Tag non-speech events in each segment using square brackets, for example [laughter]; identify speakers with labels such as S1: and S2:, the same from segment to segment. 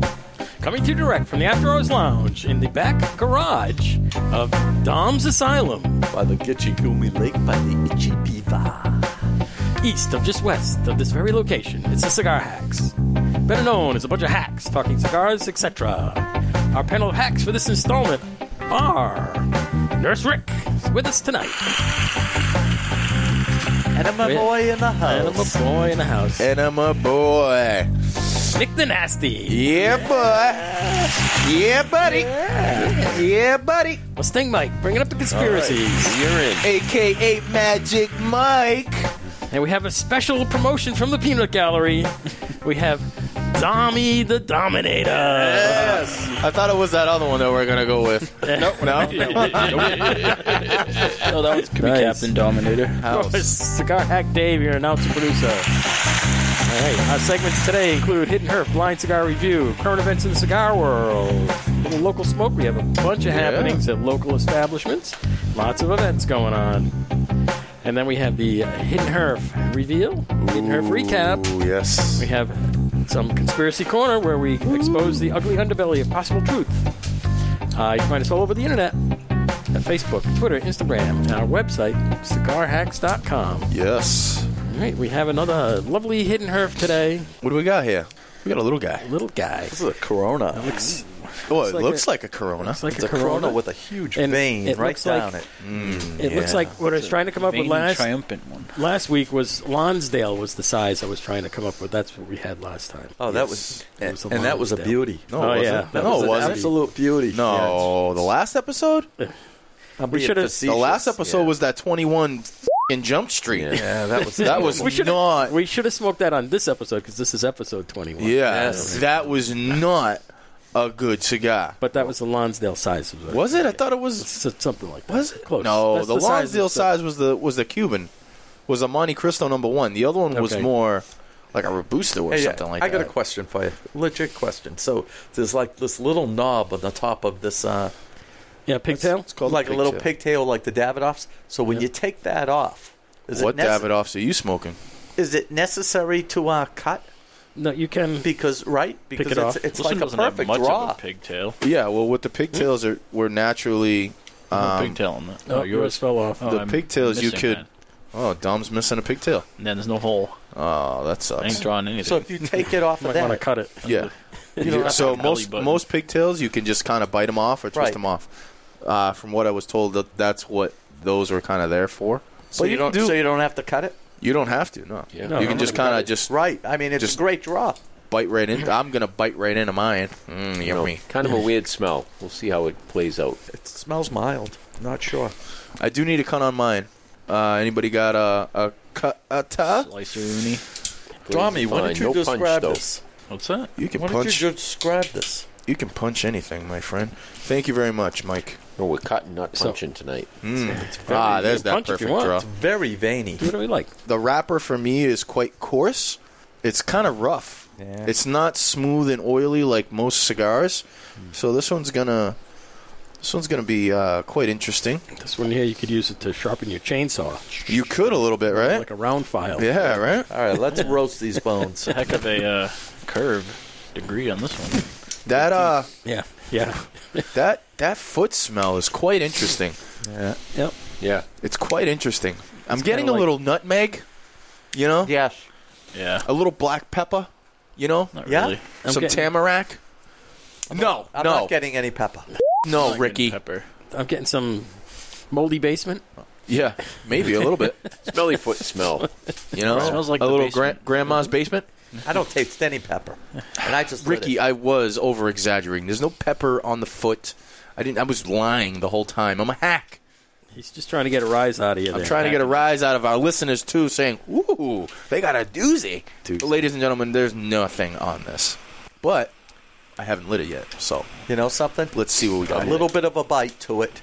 S1: to you direct from the After Hours Lounge in the back garage of Dom's Asylum,
S2: By the Gitchigumi Lake, by the Itchy Beaver.
S1: east of just west of this very location. It's the Cigar Hacks, better known as a bunch of hacks talking cigars, etc. Our panel of hacks for this installment are Nurse Rick is with us tonight,
S2: And I'm a
S1: Wait.
S2: boy in the
S1: and I'm a
S2: house.
S1: boy in the house,
S2: And I'm a boy.
S1: Nick the Nasty,
S2: Yeah, boy. Yeah, buddy. Yeah, buddy.
S1: Mustang Mike, bringing up the conspiracies.
S3: You're in.
S2: AKA Magic Mike.
S1: And we have a special promotion from the Peanut Gallery. we have Dommy the Dominator.
S2: Yes. I thought it was that other one that we're going to go with. nope, no.
S4: Oh, that was could
S1: Nice.
S4: be Captain
S5: [laughs]
S4: Dominator.
S1: Of course, Cigar Hack Dave, your announcer producer. All right, our segments today include Hidden Herf, Blind Cigar Review, current events in the cigar world, little local smoke. We have a bunch of happenings at local establishments, lots of events going on. And then we have the Hidden Herf reveal, Hidden Herf recap.
S2: Ooh, yes.
S1: We have some conspiracy corner where we expose the ugly underbelly of possible truth. Uh, you can find us all over the internet at Facebook, Twitter, Instagram, and our website, cigarhacks.com. All
S2: Yes.
S1: right, we have another lovely hidden herf today.
S2: What do we got here? We got a little guy.
S1: Little guy.
S2: This is a Corona.
S1: Looks,
S2: oh, it
S1: like
S2: looks
S1: a-
S2: like a Corona.
S1: like
S2: it's
S1: a
S2: a corona.
S1: Corona.
S2: with a huge
S1: And
S2: vein
S1: it
S2: right
S1: looks like-
S2: down it. Mm,
S1: it looks
S2: yeah.
S1: like what I was trying to come up with
S4: Vain
S1: last
S4: triumphant one.
S1: last week was Lonsdale was the size I was trying to come up with. That's what we had last time.
S3: Oh, that
S2: Yes.
S3: was.
S1: It
S3: And,
S1: was a
S3: and that was a
S1: Lonsdale.
S3: beauty.
S2: No,
S1: Oh,
S2: it wasn't.
S1: yeah. That
S2: no,
S3: was
S2: it
S3: an
S2: wasn't.
S3: absolute beauty.
S2: No, the last episode.
S1: Uh, We should have
S2: The last episode was that twenty-one in Jump Street.
S3: Yeah.
S2: that [laughs] was that was
S1: we should
S2: not.
S1: we should have smoked that on this episode because this is episode twenty one.
S2: yeah, that was not a good cigar.
S1: But that was the Lonsdale size. of it.
S2: Was it? I thought it was.
S1: S- something like that.
S2: Was it?
S1: Close.
S2: No,
S1: That's
S2: the,
S1: size
S2: Lonsdale
S1: of the-
S2: size was the was the Cuban, was a Monte Cristo number one. The other one was
S1: Okay.
S2: more like a Robusto or
S3: Hey,
S2: something like
S3: I
S2: that.
S3: got a question for you. Legit question. So there's like this little knob on the top of this, uh,
S1: Yeah, pigtail.
S2: It's called
S3: like a little
S2: pigtail.
S3: pigtail, like the Davidoffs. So when you take that off, is
S2: What
S3: it nece-
S2: Davidoffs are you smoking?
S3: Is it necessary to uh, cut?
S1: No, you can.
S3: Because right, because
S1: it
S3: it's,
S1: off.
S3: it's
S5: This
S3: like
S5: one
S3: a
S5: doesn't have
S3: perfect
S5: much
S3: draw.
S5: of a pigtail.
S2: Yeah, well, with the pigtails are were naturally
S5: No
S2: um,
S5: pigtail on that.
S1: Oh, yours fell off.
S5: Oh,
S2: the
S5: I'm
S2: pigtails you
S5: missing
S2: could-
S5: that.
S2: Oh, Dom's missing a pigtail.
S5: And then there's no hole.
S2: Oh, that
S5: I
S2: sucks.
S5: ain't drawing anything.
S3: So if you
S1: [laughs]
S3: take it off
S1: You
S3: of
S1: might want to
S3: that,
S1: cut it.
S2: Yeah.
S3: You don't have
S2: so most
S5: to- belly button.
S2: most pigtails you can just kind of bite them off or twist
S3: Right.
S2: them off. Uh, from what I was told, that that's what those were kind of there for. So
S3: well,
S2: you don't
S3: so you don't have to cut it.
S2: you don't have to. No,
S5: Yeah.
S1: No,
S2: you
S1: no,
S2: can
S1: no.
S2: just kind of just
S3: Right. I mean, it's
S2: Just-
S3: a great draw.
S2: bite right in. I'm gonna bite right into mine. Mm,
S6: You know,
S2: yummy.
S6: kind of a weird smell. We'll see how it plays out.
S3: It smells mild. Not sure.
S2: I do need a cut on mine. Uh, anybody got a a cut a ta?
S5: Slicer uni.
S3: Tommy, why
S6: Fine,
S3: don't you
S6: no punch,
S3: describe
S6: though.
S3: this?
S5: What's that?
S2: You can
S3: Why don't you
S2: punch.
S3: just describe this?
S2: you can punch anything, my friend. Thank you very much, Mike.
S6: No, we're cutting, not
S1: So-
S6: punching tonight.
S1: very-
S2: Ah,
S1: you
S2: there's
S1: can
S2: that
S1: punch if you
S2: perfect
S1: want.
S2: draw.
S3: It's very veiny.
S1: Do whatever you like.
S2: the wrapper for me is quite coarse. It's kind of rough.
S3: Yeah.
S2: It's not smooth and oily like most cigars.
S1: Hmm.
S2: So this one's gonna this one's gonna be uh, quite interesting.
S1: This one here, you could use it to sharpen your chainsaw,
S2: You could a little bit, right?
S1: like a round file.
S2: Yeah, right.
S3: All right, let's roast these bones.
S5: It's a heck of a uh, curve degree on this one.
S2: That uh,
S1: yeah, yeah.
S2: that that foot smell is quite interesting.
S1: Yep.
S6: Yeah.
S2: It's quite interesting. I'm getting a
S1: kinda like-
S2: little nutmeg, you know,
S3: yes.
S5: Yeah.
S2: a little black pepper, you know,
S5: Not
S3: Yeah?
S5: really.
S1: I'm
S2: some
S1: getting-
S2: tamarack. No,
S3: I'm
S2: no,
S3: not getting any pepper.
S2: no,
S5: Like
S2: Oh, Ricky.
S5: Pepper.
S1: I'm getting some moldy basement.
S2: Yeah, maybe a little bit.
S6: Smelly foot smell.
S2: You know,
S5: Smells like
S2: a
S5: the
S2: little
S5: basement.
S2: gran- grandma's basement.
S3: I don't taste any pepper. And I just lit
S2: Ricky,
S3: it.
S2: I was over exaggerating. There's no pepper on the foot. I didn't. I was lying the whole time. I'm a hack.
S1: He's just trying to get a rise out of you.
S2: I'm
S1: there.
S2: trying to get a rise out of our listeners too, saying, "Ooh, they got a doozy." Ladies and gentlemen, there's nothing on this, but I haven't lit it yet. So
S3: You know something?
S2: let's see what we
S3: A
S2: got.
S3: little bit of a bite to it.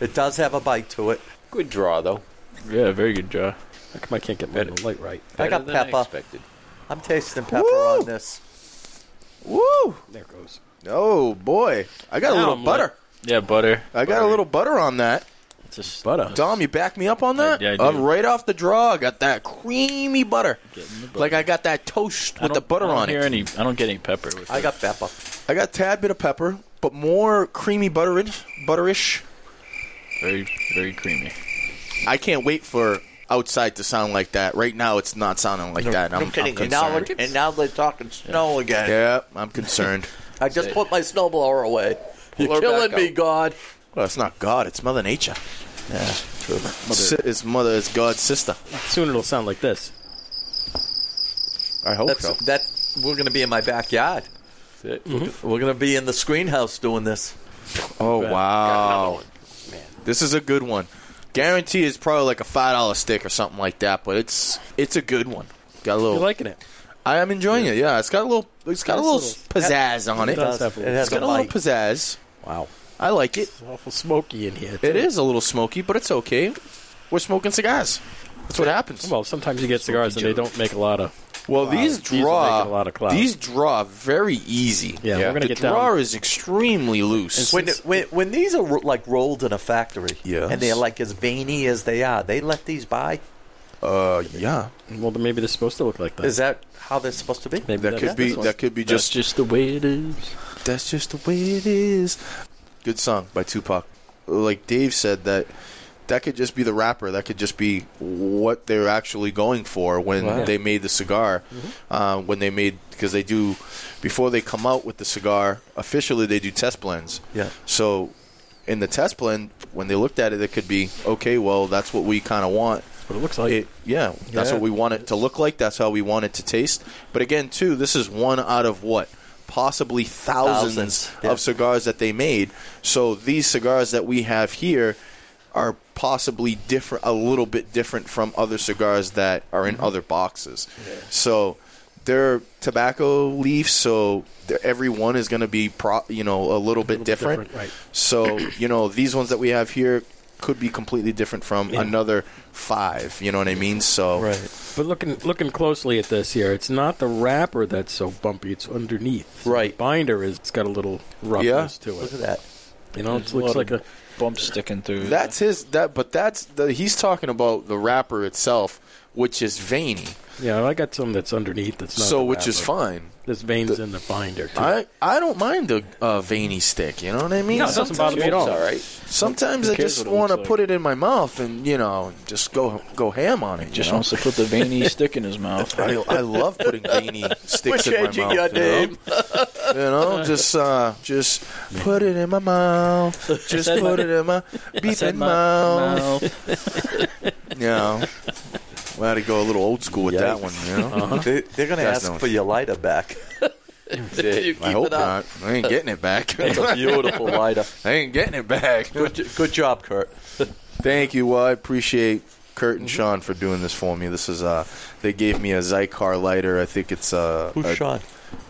S3: It does have a bite to it.
S6: Good draw, though.
S5: Yeah, very good draw.
S1: How Ah, come I can't get my light right?
S3: I got
S6: Better than
S3: pepper.
S6: expected.
S3: I'm tasting pepper
S2: Woo!
S3: on this.
S2: Woo!
S1: There it goes.
S2: Oh boy, I got a
S1: Now
S2: little
S1: I'm
S2: butter.
S5: Yeah, butter.
S2: I got a little butter on that.
S5: Just
S1: Butter.
S2: Dom, you back me up on that?
S5: I- I
S2: Uh,
S5: do.
S2: right off the draw, I got that creamy butter.
S5: Getting the butter.
S2: Like I got that toast
S5: I
S2: with the
S5: don't-
S2: butter
S5: I don't
S2: on
S5: hear
S2: it.
S5: Any, I don't get any pepper. With
S3: I
S5: it.
S3: got pepper.
S2: I got a tad bit of pepper, but more creamy butterish. Butterish.
S5: very, very creamy.
S2: I can't wait for outside to sound like that. Right now, it's not sounding like that. and I'm, I'm
S3: and, now
S2: concerned.
S3: we're, and now they're talking snow again.
S2: yeah, I'm concerned. [laughs]
S3: I just put my snowblower away.
S6: her
S3: You're killing
S6: back
S3: me,
S6: out.
S3: God.
S2: well, it's not God. It's Mother Nature.
S5: Mother-
S2: Si- it's mother. It's God's sister.
S1: Soon it'll sound like this.
S2: I hope
S3: That's
S2: so.
S3: that. We're gonna be in my backyard.
S6: That's it.
S3: We're gonna be in the screen house doing this.
S2: Oh
S6: Got
S2: wow,
S6: another one.
S2: this is a good one. Guarantee is probably like a five dollar stick or something like that, but it's it's a good one. Got a
S1: You're
S2: little.
S1: liking it.
S2: I am enjoying it. Yeah, it's got a little. It's got a
S1: Nice
S2: little
S1: little-
S2: pizzazz on it.
S1: It does have a little-
S2: It's got a little pizzazz.
S3: Wow.
S2: I like it.
S1: It's awful smoky in here.
S2: It is a little smoky, but it's okay. We're smoking cigars. That's what happens.
S1: Well, sometimes you get cigars and they don't make a lot of.
S2: Well, these
S1: These are
S2: draw
S1: making a lot of clouds.
S2: these draw very easy.
S1: Yeah,
S6: Yeah.
S1: we're gonna
S2: the
S1: get
S2: draw
S1: down.
S2: is extremely loose.
S3: When, when, when these are ro- like rolled in a factory,
S2: Yes.
S3: and they're like as veiny as they are, they let these by.
S2: Uh, yeah,
S1: Well, then maybe they're supposed to look like that.
S3: Is that how they're supposed to be?
S1: maybe
S2: that
S1: that's
S2: could
S1: what
S2: be
S1: this one's-
S2: that could be
S5: That's
S2: just
S5: just the way it is.
S2: That's just the way it is. Good song by Tupac. Like Dave said, that that could just be the rapper. That could just be what they're actually going for when
S1: Right.
S2: they made the cigar. Uh, when they made because they do before they come out with the cigar officially, they do test blends.
S3: Yeah.
S2: So in the test blend, when they looked at it, it could be okay. Well, that's what we kind of want.
S1: what it looks like.
S2: It, yeah, that's
S3: Yeah.
S2: what we want it to look like. That's how we want it to taste. But again, too, this is one out of what possibly thousands,
S3: Thousands,
S2: of
S3: yeah.
S2: cigars that they made. So these cigars that we have here are possibly different, a little bit different from other cigars that are in other boxes. So they're tobacco leaves, so they're- every one is going to be, pro, you know, a little bit different.
S1: different, right.
S2: So you know, these ones that we have here could be completely different from
S1: Yeah.
S2: another five. You know what I mean? So
S1: But looking looking closely at this here, it's not the wrapper that's so bumpy. It's underneath.
S3: Right.
S1: The binder is it's got a little roughness to
S3: Look at
S1: it.
S3: that.
S1: You know, it
S5: A
S1: looks
S5: lot
S1: like
S5: of
S1: a
S5: bump sticking through.
S2: that's his. That but that's the, he's talking about the wrapper itself, which is veiny.
S1: yeah. I got some that's underneath. That's not
S2: So
S1: the
S2: which is
S1: wrapper.
S2: fine.
S1: There's veins in the binder too.
S2: I I don't mind the uh, veiny stick. You know what I mean?
S1: No, it doesn't bother me at
S6: It's
S1: all.
S6: all right.
S2: Sometimes
S5: Who
S2: I
S5: cares
S2: just
S5: what it looks
S2: want to
S5: like?
S2: put it in my mouth and you know just go go ham on it. you
S5: Just
S2: know?
S5: wants to put the veiny stick in his mouth.
S2: I, I love putting veiny sticks in my mouth. you, know? You know, just uh, just put it in my mouth. Just
S5: said
S2: put
S5: my-
S2: it in my
S5: Said
S2: beeping
S5: my
S2: mouth.
S5: mouth.
S2: You know, we had to go a little old school with that one. Uh-huh. You know,
S3: [laughs] They, they're gonna
S2: Guys
S3: ask
S2: know.
S3: for your
S2: [laughs]
S3: lighter back.
S6: That's
S2: I
S6: it.
S2: hope not. I ain't getting it back. I
S3: [laughs] Beautiful lighter.
S2: ain't getting it back.
S3: Good, j- good job, Kurt.
S2: Thank you. Well, I appreciate Kurt and Sean for doing this for me. This is uh, they gave me a Zycar lighter. I think it's uh,
S3: Who's
S2: a-
S3: Sean?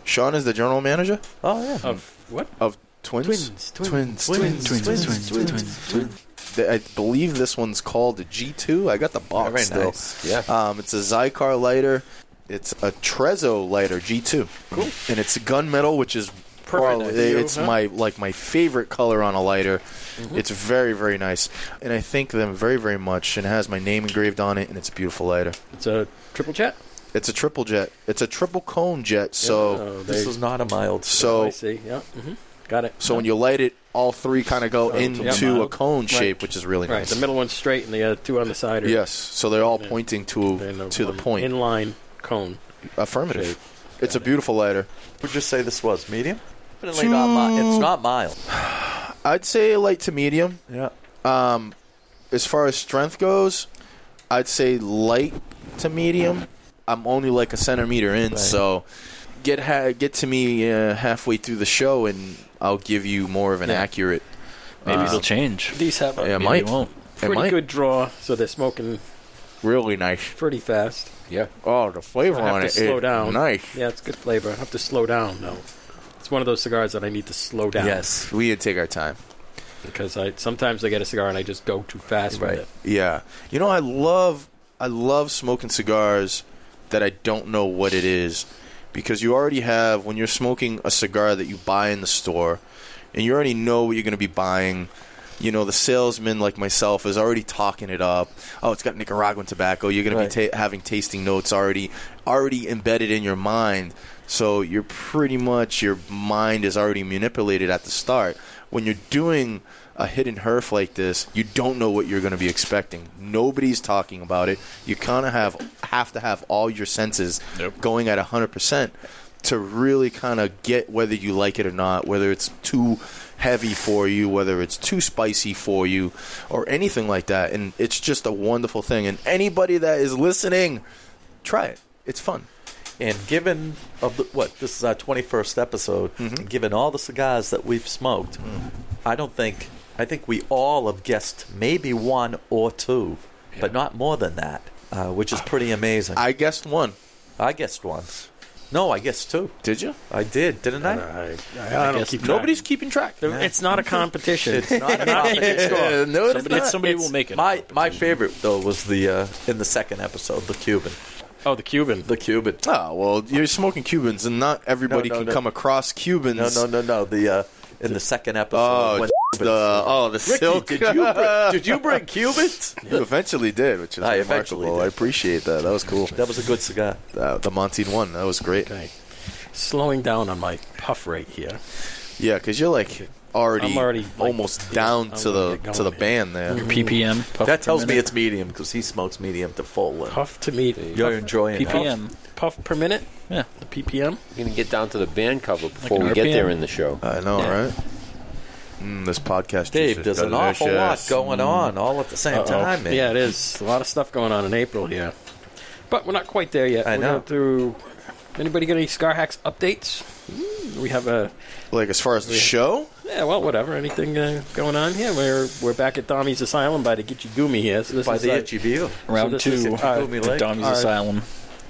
S2: Sean is the general manager
S3: Oh yeah.
S1: Of what?
S2: of Twins.
S1: Twins, uh, twins,
S2: Twins.
S1: twins, twins, twins,
S2: Th- I believe this one's called a G2. I got the box
S3: Very
S2: still.
S3: nice. Yeah.
S2: Um, it's a Zycar lighter. It's a Trezzo lighter G2. Cool. And it's gunmetal, which is probably it's my like my favorite color on a lighter.
S1: Mm-hmm.
S2: It's very very nice, and I thank them very very much. And it has my name engraved on it, and it's a beautiful lighter.
S1: It's a triple chat.
S2: It's a triple jet. It's a triple cone jet. So
S1: Oh,
S3: This
S1: they-
S3: is not a mild.
S1: I
S2: so
S1: see. Yeah. hmm Got it.
S2: so when you light it, all three kind of go into a
S5: mild.
S2: cone shape, which is really
S1: Right.
S2: nice.
S1: The middle one's straight, and the other two on the side are
S2: Yes, so they're all pointing
S1: they're in
S2: to
S1: a
S2: to the
S1: one
S2: point.
S1: inline cone.
S2: Affirmative.
S1: shape.
S2: It's a beautiful lighter.
S3: Would you say this was medium? Definitely not mild. It's not mild.
S2: I'd say light to medium.
S3: Yeah.
S2: Um, as far as strength goes, I'd say light to medium. I'm only like a centimeter in,
S3: Right.
S2: so get ha- get to me uh, halfway through the show, and I'll give you more of an
S1: Yeah.
S2: accurate.
S5: Maybe
S2: uh,
S5: it'll change.
S1: These have a
S2: Yeah, it
S5: Maybe
S2: might.
S5: It won't.
S2: It might.
S1: pretty good draw, so they're smoking
S2: Really nice.
S1: pretty fast.
S6: Yeah.
S2: Oh, the flavor
S1: I have
S2: on
S1: to
S2: it.
S1: slow
S2: is
S1: down.
S2: Nice.
S1: Yeah, it's good flavor. I have to slow down though. It's one of those cigars that I need to slow down.
S3: Yes.
S2: We didn't take our time.
S1: because I sometimes I get a cigar and I just go too fast
S3: Right.
S1: with
S2: Yeah. You know, I love I love smoking cigars that I don't know what it is because you already have when you're smoking a cigar that you buy in the store and you already know what you're going to be buying. you know, the salesman like myself is already talking it up. Oh, it's got Nicaraguan tobacco. You're going to be ta- having tasting notes already already embedded in your mind. So you're pretty much your mind is already manipulated at the start. When you're doing a hidden herf like this, you don't know what you're going to be expecting. Nobody's talking about it. You kind of have have to have all your senses
S5: Yep.
S2: going at 100% to really kind of get whether you like it or not, whether it's too heavy for you, whether it's too spicy for you, or anything like that. And it's just a wonderful thing. And anybody that is listening, try it. It's fun.
S3: And given of the, what this is our twenty first episode, given all the cigars that we've smoked, I don't think I think we all have guessed maybe one or two, but not more than that, uh, which is pretty amazing. I,
S2: I guessed one.
S3: guessed one. No, I guessed two.
S2: Did you?
S3: I did, didn't I?
S1: I, I, don't
S5: guess
S1: keep track.
S2: Nobody's keeping track.
S1: There- It's not a competition. [laughs]
S3: It's [laughs] not a competition.
S2: Yeah, Uh, no, it is
S5: Somebody,
S2: not.
S5: somebody
S3: It's-
S5: will make it.
S3: My my favorite though was the uh, in the second episode, the Cuban,
S1: oh, the Cuban.
S3: the Cuban.
S2: Oh, well, you're smoking Cubans, and not everybody
S3: No, no,
S2: can
S3: no.
S2: come across Cubans.
S3: No, no, no, no. The uh, in the second episode.
S2: Oh,
S3: [laughs] when-
S2: the oh the
S3: Ricky,
S2: silk.
S3: did you [laughs] bring, did you bring Cubans?
S2: [laughs] You eventually did, which is
S3: I eventually
S2: remarkable.
S3: did.
S2: I appreciate that. That was cool.
S3: That was a good cigar.
S2: Uh, the Montine one, that was great. Yeah,
S1: Okay. Slowing down on my puff rate here.
S2: Yeah, because you're like already,
S1: I'm already, like,
S2: almost
S1: yeah,
S2: down
S1: I'm
S2: to
S1: gonna
S2: the
S1: get
S2: to the
S1: going
S2: band there.
S3: Mm-hmm.
S5: PPM. puff
S3: That
S5: per
S3: tells me
S5: minute.
S3: it's medium because he smokes medium to full. And
S1: Puff to me.
S3: you're
S1: Puff,
S3: enjoying it.
S5: PPM.
S1: puff per minute.
S5: Yeah.
S1: The PPM.
S6: We're gonna get down to the band cover before
S5: an
S6: we get
S5: RPM.
S6: there in the show.
S2: I know, right? Mm, this podcast.
S3: Dave,
S2: juice
S3: there's
S2: is
S3: an awful lot
S2: delicious.
S3: going on all at the same
S1: Uh-oh.
S3: time, man.
S1: Yeah, it is. A lot of stuff going on in April here. But we're not quite there yet.
S3: I
S1: we're
S3: know.
S1: going through. Anybody got any Scar Hacks updates? We have a.
S2: Like as far as the show,
S1: Yeah, well, whatever. Anything uh, going on here? We're we're back at Tommy's Asylum by the Gitchy Gumi here. So this
S3: By
S1: is
S3: the
S1: our
S3: itchy view.
S5: Round
S1: this is
S5: two.
S1: it. All right.
S5: the
S3: Gloomy Lake.
S5: Tommy's
S1: All right.
S5: Asylum.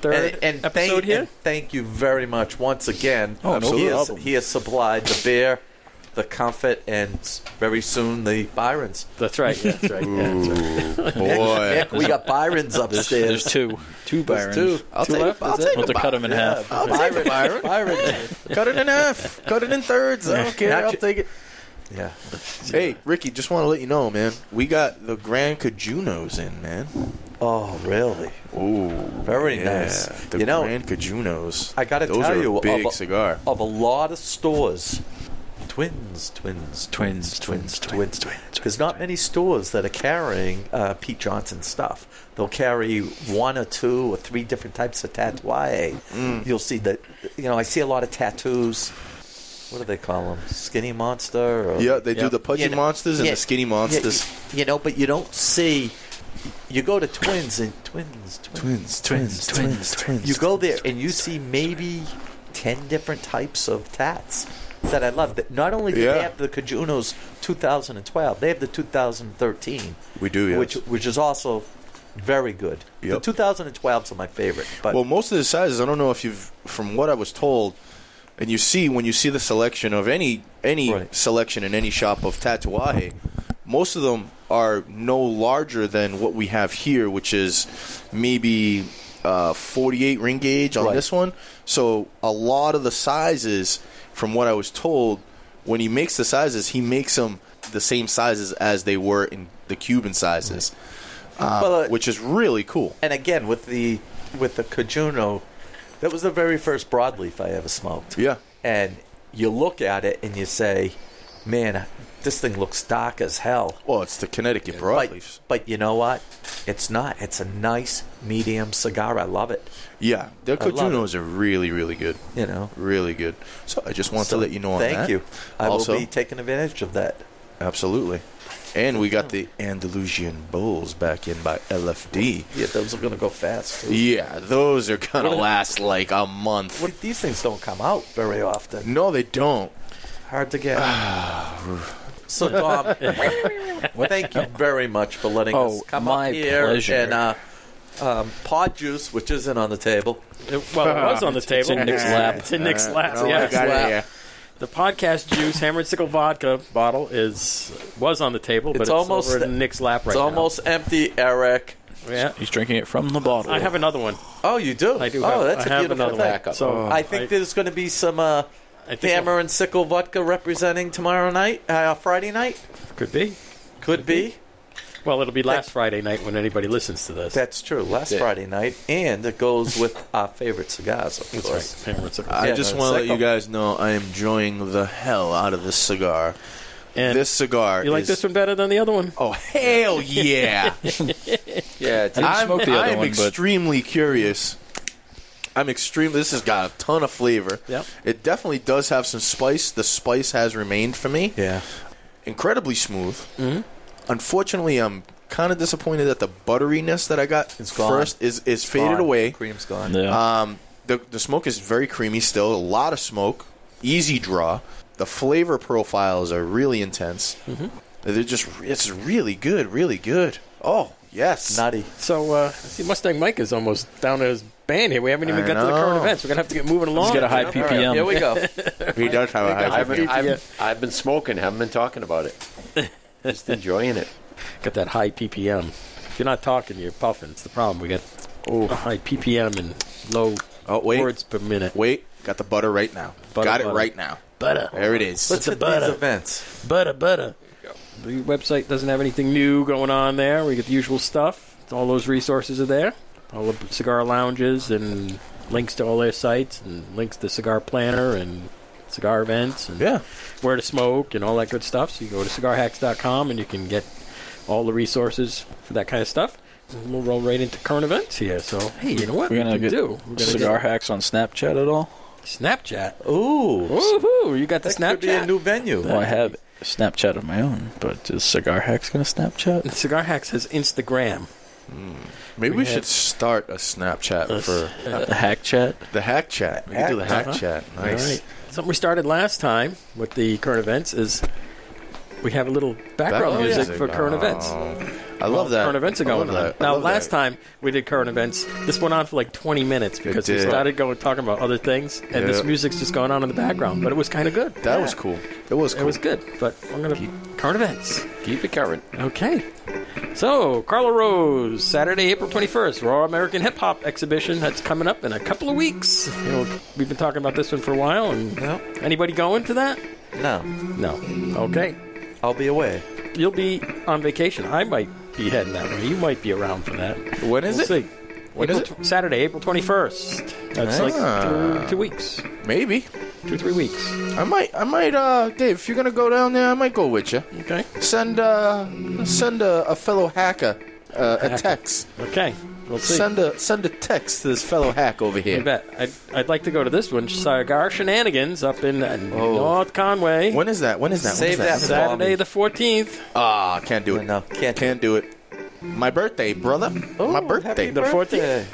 S1: third
S3: And, and,
S1: episode
S3: thank,
S1: here.
S3: and thank you very much once again.
S5: Oh, no
S3: he, has,
S5: problem.
S3: he has supplied the beer, the comfort, and s- very soon the Byrons.
S1: That's right.
S3: [laughs]
S1: Yeah, that's right. yeah, that's right.
S2: ooh boy,
S3: Heck, [laughs] we got Byrons upstairs.
S5: There's two. Two
S3: There's
S5: Byrons.
S3: two.
S2: I'll
S1: Two
S2: take,
S1: left,
S2: I'll
S1: is it?
S2: take
S5: We'll have to
S2: a
S5: cut them in
S3: Yeah,
S5: half.
S3: Byron, Byron, Byron.
S2: bi- cut it in half, cut it in thirds. I don't care.
S3: [laughs] Not
S2: I'll
S3: ju-
S2: take it.
S3: Yeah,
S2: Hey, Ricky, just want to let you know, man. We got the Grand Cajunos in, man.
S3: Oh, really?
S2: Ooh,
S3: Very nice.
S2: The
S3: You know-
S2: Grand Cajunos.
S3: I gotta
S2: those
S3: tell
S2: are
S3: you,
S2: a big
S3: of a-
S2: cigar.
S3: Of a lot of stores, twins, twins,
S5: Twins, twins, twins, twins.
S3: There's not many stores that are carrying uh, Pete Johnson stuff. They'll carry one or two or three different types of tatouage. You'll see that. You know, I see a lot of tattoos. What do they call them? Skinny monster. Or,
S2: Yeah, they do
S5: Yeah.
S2: the pudgy
S3: You know-
S2: monsters and
S3: yeah,
S2: the skinny
S3: yeah,
S2: monsters.
S3: you, you know, but you don't see. You go to twins and twins, twins.
S5: twins, twins, twins.
S3: You go there and you see maybe ten different types of tats that I love. That not only do
S2: Yeah.
S3: they have the Kajunos 2012, they have the 2013,
S2: We do, yes.
S3: which which is also very good.
S2: Yep.
S3: The 2012s are my favorite, but
S2: well, most of the sizes, I don't know if you've, from what I was told, and you see when you see the selection of any any
S3: Right.
S2: selection in any shop of tatuaje, most of them are no larger than what we have here, which is maybe uh, 48 ring gauge on
S3: Right.
S2: this one. So a lot of the sizes, from what I was told, when he makes the sizes, he makes them the same sizes as they were in the Cuban sizes, uh,
S3: Well, uh,
S2: which is really cool.
S3: and again with the with the Kajuno, that was the very first broadleaf I ever smoked.
S2: Yeah.
S3: and you look at it and you say, "Man, this thing looks dark as hell."
S2: Well, it's the Connecticut broadleafs.
S3: But, but you know what? It's not. It's a nice medium cigar. I love it.
S2: Yeah, their
S3: I love
S2: Cojunos are really, really good.
S3: You know.
S2: Really good. So I just want
S3: So,
S2: to let you know on
S3: thank
S2: that.
S3: you. I
S2: also,
S3: will be taking advantage of that.
S2: absolutely. And we got the Andalusian Bulls back in by LFD.
S3: Yeah, those are going to go fast. Too.
S2: Yeah, those are going to
S3: What-
S2: last like a month.
S3: What, these things don't come out very often.
S2: No, they don't.
S3: Hard to
S2: [sighs]
S3: get. so, Tom,
S2: [laughs]
S3: thank you very much for letting us
S5: Oh,
S3: come
S5: my
S3: up here
S5: pleasure.
S3: and uh, um, pod juice, which isn't on the table.
S1: It- well, it was on the table.
S5: it's in Nick's lap.
S1: It's in Nick's lap.
S2: Oh, I
S1: yeah.
S2: got it,
S3: Wow.
S2: yeah.
S1: The podcast juice, hammer and sickle vodka bottle is was on the table, but
S3: It's
S1: it's,
S3: almost-
S1: over in Nick's lap right
S3: It's
S1: now.
S3: almost empty, Eric.
S1: Yeah.
S5: He's drinking it from the bottle.
S1: I have another one.
S3: Oh, you do.
S1: I do.
S3: Oh,
S1: have, I
S3: that's a
S1: have
S3: beautiful
S1: another
S3: thing.
S1: One. So
S3: I think there's going to be some uh,
S1: I think
S3: hammer and sickle vodka representing tomorrow night, uh, Friday night.
S1: could be.
S3: Could be.
S1: Well, it'll be last Friday night when anybody listens to this.
S3: That's true. Last
S2: Yeah.
S3: Friday night, and it goes with [laughs] our favorite cigars, of
S1: That's
S3: course.
S1: right. Parents are-
S2: I
S3: Yeah,
S2: just
S3: no,
S2: want to let
S3: Seco.
S2: you guys know I am enjoying the hell out of this cigar.
S1: And
S2: this cigar.
S1: you like
S2: is-
S1: this one better than the other one?
S2: Oh hell yeah!
S6: Yeah, it's,
S5: didn't
S2: I'm,
S5: smoke the other
S2: I'm
S5: one, but-
S2: extremely curious. I'm extremely. This has got a ton of flavor.
S1: Yep.
S2: It definitely does have some spice. The spice has remained for me.
S3: Yeah.
S2: Incredibly smooth. Mm-hmm. Unfortunately, I'm kind of disappointed that the butteriness that I got
S3: It's gone.
S2: first is is faded
S3: Gone.
S2: away.
S3: Cream's gone.
S1: Uh,
S5: Yeah.
S2: Um, the the smoke is very creamy still. A lot of smoke. Easy draw. The flavor profiles are really intense. Mm-hmm. They're just. It's really good. Really good. Oh yes.
S3: Nutty.
S1: So, uh, see, Mustang Mike is almost down to his band here. We haven't even
S2: I
S1: got to the current
S2: know.
S1: events. We're going to have to get moving along.
S5: He's got a high
S1: Yeah.
S5: PPM.
S3: Here
S2: [laughs]
S3: we go.
S2: He does have a
S6: I've,
S2: high.
S6: been, I've, I've been smoking, haven't been talking about it. Just enjoying it.
S1: Got that high PPM. If you're not talking, you're puffing. It's the problem. We got oh. high PPM and low
S2: Oh wait,
S1: words per minute.
S2: wait. Got the butter right now.
S1: Butter,
S2: Got it
S1: butter.
S2: right now.
S1: Butter.
S2: There it is.
S1: Let's-
S3: Let's
S1: a
S3: hit these
S1: butter.
S3: events.
S1: Butter, butter. The website doesn't have anything new going on there. We get the usual stuff. All those resources are there. All the cigar lounges and links to all their sites and links to Cigar Planner and cigar events and
S2: yeah.
S1: where to smoke and all that good stuff. So you go to cigarhacks.com and you can get all the resources for that kind of stuff. And we'll roll right into current events here. So hey, you know what
S5: We're gonna
S1: we can
S5: get
S1: do? We're gonna
S5: Cigar hacks on Snapchat at all?
S1: get Snapchat.
S3: Ooh.
S1: Woohoo! You got the
S3: That
S1: Snapchat.
S3: could be a new venue.
S5: Well, I have Snapchat of my own, but is Cigar Hacks
S1: [laughs]
S5: gonna Snapchat?
S1: Cigar Hacks has Instagram.
S2: Maybe we
S1: had-
S2: should start a Snapchat for
S5: The Uh, hack chat?
S2: the hack chat. We can do the hack
S1: Uh-huh.
S2: chat. Nice.
S1: All right. Something we started last time with the current events is we have a little background
S2: Background
S1: music, for current
S2: Oh.
S1: events.
S2: I love that.
S1: Current events are
S2: I love
S1: going on.
S2: that. I
S1: Now,
S2: love
S1: last
S2: that.
S1: time we did current events. This went on for like 20 minutes because we
S2: did.
S1: started going talking about other things, and this
S2: Yeah.
S1: music's just going on in the background. But it was kind of good.
S2: that was cool. It was cool.
S1: It was good. But I'm gonna current events.
S6: Keep it current.
S1: Okay. So, Carla Rose, Saturday, April 21st, Raw American Hip Hop Exhibition. That's coming up in a couple of weeks. You know, we've been talking about this one for a while. And
S3: No.
S1: anybody going to that?
S3: No.
S1: No. Okay.
S3: I'll be away.
S1: You'll be on vacation. I might be heading that way. You might be around for that.
S2: When is
S1: we'll
S2: it?
S1: See.
S2: When
S1: April
S2: is it?
S1: tw- Saturday, April 21st. That's
S2: Ah.
S1: like two, two weeks,
S2: Maybe.
S1: two, three weeks.
S2: I might. I might. Uh, Dave, if you're gonna go down there, I might go with you.
S1: Okay.
S2: Send uh, send a, a fellow hacker uh, a text.
S1: Okay. We'll see.
S2: Send a send a text to this fellow hack over
S1: I
S2: here.
S1: bet. I'd, I'd like to go to this one, Cigar Shenanigans, up in uh, North Conway.
S2: When is that? When is that? When
S3: Save
S2: is
S3: that.
S1: Saturday
S3: Swami.
S1: the 14th.
S2: Ah, can't do it.
S3: No, can't.
S2: Can't do it. My birthday, brother. my birthday.
S1: The 14th?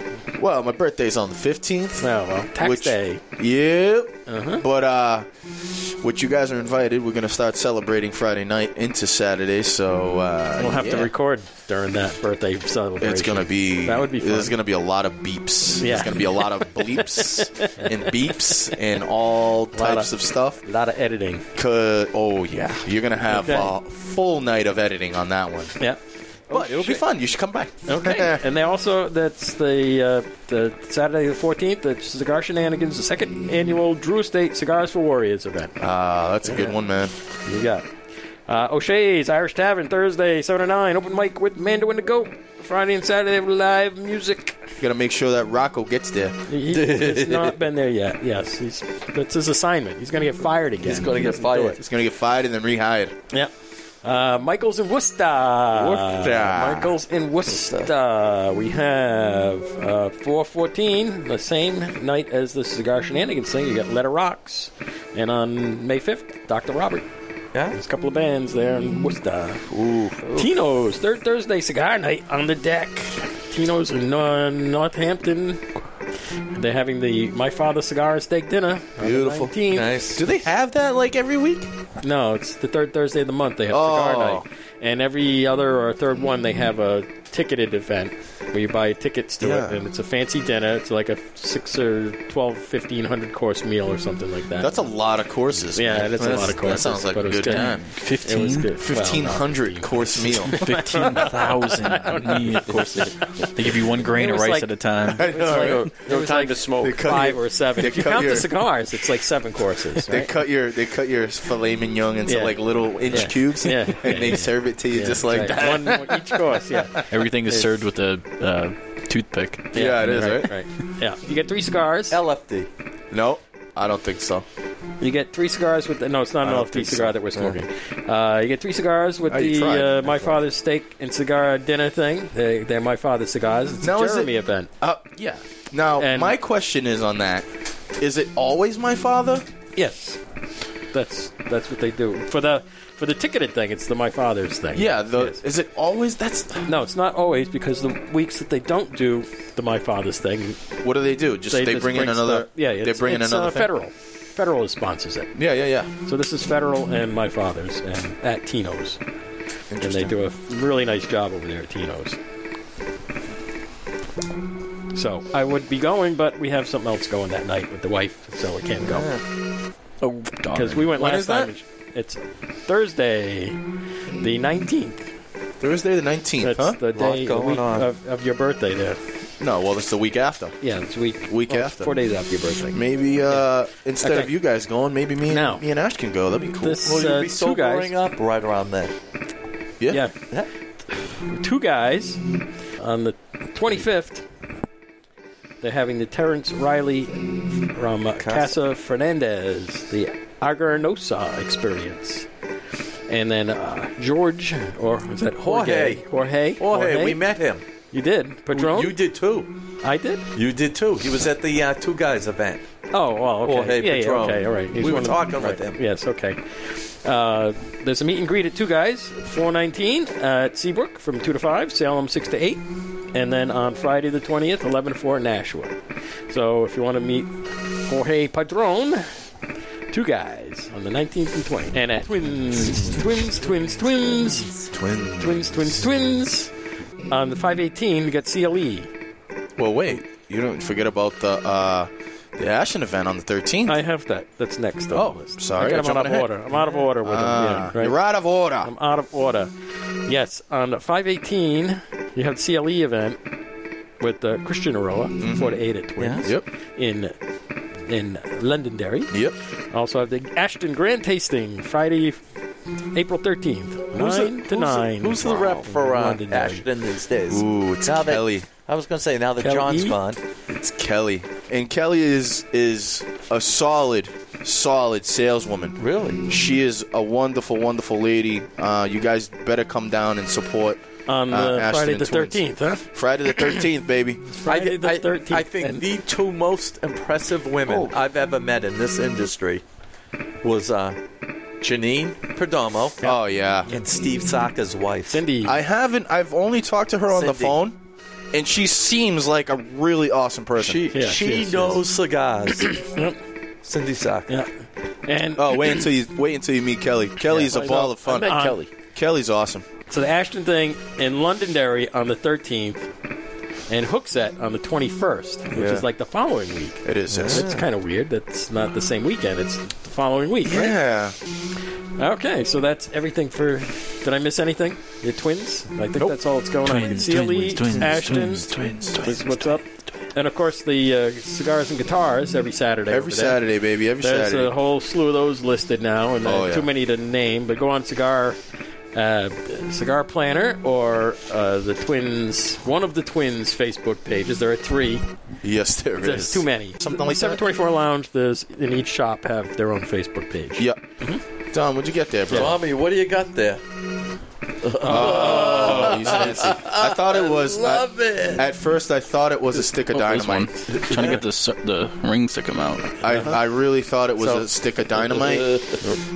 S2: Well, my birthday's on the 15th.
S1: Oh, well, tax
S2: which-
S1: day. Uh-huh.
S2: Yep. But uh what you guys are invited, we're going to start celebrating Friday night into Saturday, so uh
S1: Mm-hmm. We'll have to
S2: yeah.
S1: record during that birthday celebration.
S2: It's going to be
S1: That would be fun.
S2: There's going to be a lot of beeps.
S1: Yeah.
S2: There's going to be a lot of
S1: [laughs]
S2: bleeps and beeps and all types
S1: of-
S2: of stuff.
S1: a lot of editing.
S2: Cause, oh yeah, you're going to have
S1: Okay.
S2: a full night of editing on that one.
S1: Yep.
S2: But it'll be fun. You should come by. [laughs]
S1: Okay. and they also that's the uh, the Saturday the fourteenth. The Cigar Shenanigans, the second annual Drew Estate Cigars for Warriors event.
S2: Ah, that's a good one, man.
S1: You got it. uh, O'Shea's Irish Tavern Thursday seven to nine. Open mic with Mando and the Goat. Friday and Saturday with live music.
S2: You got to make sure that Rocco gets there.
S1: He, he's not been there yet. Yes, he's that's his assignment. He's going to get fired again.
S3: He's going to get
S1: Oh,
S3: fired.
S2: He's going to get fired and then rehired.
S1: Yep. Uh, Michael's in Worcester.
S2: Worcester.
S1: Michael's in Worcester. We have uh, 414, the same night as the Cigar Shenanigans thing. You got Letter Rocks. And on May 5th, Dr. Robert.
S3: Yeah?
S1: There's a couple of bands there in Worcester. Ooh. Tino's, third Thursday cigar night on the deck. Tino's in uh, Northampton. They're having the My Father Cigar and Steak Dinner. on the
S2: Beautiful.
S1: 19th.
S3: Nice.
S2: Do they have that like every week?
S1: No, it's the third Thursday of the month. They have
S2: Oh.
S1: cigar night, and every other or third one they have a ticketed event. where you buy tickets to
S2: Yeah.
S1: it, and it's a fancy dinner. It's like a six or 12, 1500 course meal or something like that.
S2: That's a lot of courses.
S1: yeah,
S2: man.
S1: that's a lot of courses.
S2: That sounds like
S1: but
S2: a
S1: it was
S2: good time.
S1: It was good. Well,
S2: Fifteen hundred course meal.
S1: [laughs]
S5: Fifteen thousand meal courses. They give you one grain
S1: It
S5: of
S1: was
S5: rice
S1: like-
S5: at a time.
S1: [laughs]
S2: I know, right?
S6: No time to smoke.
S2: cut
S1: five
S2: your-
S1: or seven.
S2: they
S1: If you
S2: cut
S1: count
S2: your-
S1: the cigars, it's like seven courses.
S2: They
S1: right?
S2: cut your they cut your filet mignon into
S1: Yeah.
S2: like little inch
S1: Yeah.
S2: cubes,
S1: Yeah.
S2: [laughs] and
S1: Yeah,
S2: they
S1: yeah.
S2: serve it to you
S1: Yeah,
S2: just like
S1: right.
S2: that.
S1: One, one each course, yeah.
S5: Everything is served with a uh, toothpick.
S2: [laughs] Yeah, it is right.
S1: Right. Yeah. You get three cigars.
S3: LFD.
S2: No, I don't think so.
S1: You get three cigars with the, no, it's not an
S2: don't
S1: LFT
S2: think so.
S1: cigar that we're smoking. Uh, you get three cigars with
S2: Oh, you tried.
S1: the uh, My Father's Steak and Cigar Dinner thing. They, they're My Father's cigars. It's
S2: Now,
S1: a
S2: is it-
S1: Jeremy event.
S2: Uh, yeah. Now
S1: And-
S2: my question is on that: Is it always my father?
S1: Yes, that's that's what they do for the for the ticketed thing. It's the My Father's thing.
S2: Yeah. The
S1: Yes.
S2: is it always? That's
S1: No, it's not always because the weeks that they don't do the My Father's thing,
S2: what do they do? Just they,
S1: just
S2: bring, in
S1: stuff-
S2: another.
S1: Yeah, it's,
S2: they bring in
S1: it's,
S2: another
S1: uh,
S2: thing?
S1: federal. Federal sponsors it.
S2: Yeah, yeah, yeah.
S1: So this is Federal and My Father's and at Tino's. And they do a really nice job over there at Tino's. So I would be going, but we have something else going that night with the wife, so I can't go.
S5: Oh, darn.
S1: Because we went
S2: When
S1: last
S2: is that?
S1: time. and sh- It's Thursday, the 19th.
S2: Thursday the nineteenth,
S1: That's
S2: huh?
S1: the
S3: Lot
S1: day the
S3: going
S1: week
S3: on.
S1: of, of your birthday there.
S2: No, well, it's the week after.
S1: Yeah, it's week.
S2: Week
S1: well, it's
S2: after.
S1: Four days after your birthday.
S2: Maybe uh, instead
S1: Oh, Okay.
S2: of you guys going, maybe me and
S1: No.
S2: me and Ash can go. That'd be cool.
S1: This
S3: Well, you'll
S1: uh,
S3: be
S1: two guys.
S3: sobering up right around there.
S2: yeah.
S1: Yeah.
S3: Yeah.
S1: Two guys on the 25th. They're having the Terrence Riley from uh, Casa Fernandez, the Agarnosa experience. And then uh, George, or is that Jorge? Jorge.
S3: Jorge, Oh, we met him.
S1: You did. Padron?
S3: You did too.
S1: I did?
S3: You did too. He was at the uh, Two Guys event.
S1: Oh, well, okay.
S3: Jorge
S1: yeah, yeah,
S3: Padron.
S1: okay, all right. He's
S3: We were
S1: one of the-
S3: talking
S1: right.
S3: with him.
S1: Yes, okay. Uh, there's a meet and greet at Two Guys, 419 at Seabrook from 2 to 5, Salem 6 to 8, and then on Friday the 20th, 11 to 4 in Nashua. So if you want to meet Jorge Padron, Two Guys on the 19th and 20th. And at Twins, Twins, Twins, Twins,
S2: Twin.
S1: Twins, Twins, Twins. On the 518, you got E. CLE.
S2: Well, wait. You don't forget about the uh, the Ashen event on the thirteenth.
S1: I have that. That's next on
S2: Oh,
S1: the list.
S2: sorry,
S1: I
S2: I'm
S1: got, I'm out of
S2: jumping ahead.
S1: order. I'm out of order with
S2: Ah,
S1: them. Yeah, right? Um,
S2: You're out of order.
S1: I'm out of order. Yes, on 518, you have the CLE E event with uh, Christian Aroa, 4 to 8 at Twins
S2: Mm-hmm. Yep.
S1: in in Londonderry.
S2: Yep.
S1: Also have the Ashton Grand Tasting Friday, April 13th, 9
S3: Who's the-
S1: to
S3: who's the-
S1: 9.
S3: who's the rep for uh,
S1: Londonderry.
S3: Ashton these days?
S2: Ooh, it's
S3: Now that-
S2: Kelly.
S3: I was going to say, now that
S1: Kelly?
S3: John's gone,
S2: It's Kelly. And Kelly is is a solid, solid saleswoman.
S3: really?
S2: She is a wonderful, wonderful lady. Uh, you guys better come down and support
S1: On
S2: uh,
S1: the
S2: Ashton
S1: Friday
S2: and
S1: the
S2: Twins.
S1: 13th, huh?
S2: Friday the thirteenth, baby.
S1: Friday the
S3: I, I-
S1: 13th.
S3: I think
S1: and- Oh.
S3: the two most impressive women I've ever met in this industry was uh, Janine Perdomo
S2: Oh yeah.
S3: and Steve Saka's wife.
S1: Cindy.
S2: I haven't. I've only talked to her on the
S3: Cindy.
S2: phone, and she seems like a really awesome person.
S3: She,
S1: Yeah,
S3: she
S1: she is,
S3: knows cigars.
S1: [clears throat] Yep.
S3: Cindy Saka.
S1: Yeah. And
S2: oh, wait until you wait until you meet Kelly. Kelly's a ball of fun.
S6: I met
S1: Uh,
S6: Kelly.
S2: Kelly's awesome.
S1: So the Ashton thing in Londonderry on the 13th, and Hookset on the 21st, which
S2: Yeah.
S1: is like the following week.
S2: It is.
S1: It's kind of weird. That's not the same weekend. It's the following week, right?
S2: Yeah.
S1: Okay, so that's everything for. Did I miss anything? The twins. I think that's all that's going
S5: Twins,
S1: on. CLE,
S5: twins, twins,
S1: Ashton.
S5: twins, twins,
S1: is
S5: twins.
S1: what's up? And of course, the uh, cigars and guitars every Saturday.
S2: Every
S1: over there.
S2: Saturday, baby. Every
S1: There's
S2: Saturday.
S1: a whole slew of those listed now, and uh,
S2: Oh, yeah.
S1: too many to name. But go on cigar, uh, cigar planner, or uh, the twins. One of the twins' Facebook pages. There are three.
S2: yes, there
S1: There's
S2: is.
S1: too many.
S2: Something like
S1: Seven
S2: that.
S1: Twenty Four Lounge. There's in each shop have their own Facebook page.
S2: Yep. Tom, what'd you get there, bro?
S3: Tommy, what do you got there?
S2: Oh, he's fancy. I thought it was.
S3: Love
S2: I-
S3: it.
S2: At first, I thought it was a stick of
S5: Oh, this one.
S2: dynamite.
S5: Trying to get the s- the ring to come out.
S2: I, I really thought it was
S3: So-
S2: a stick of dynamite,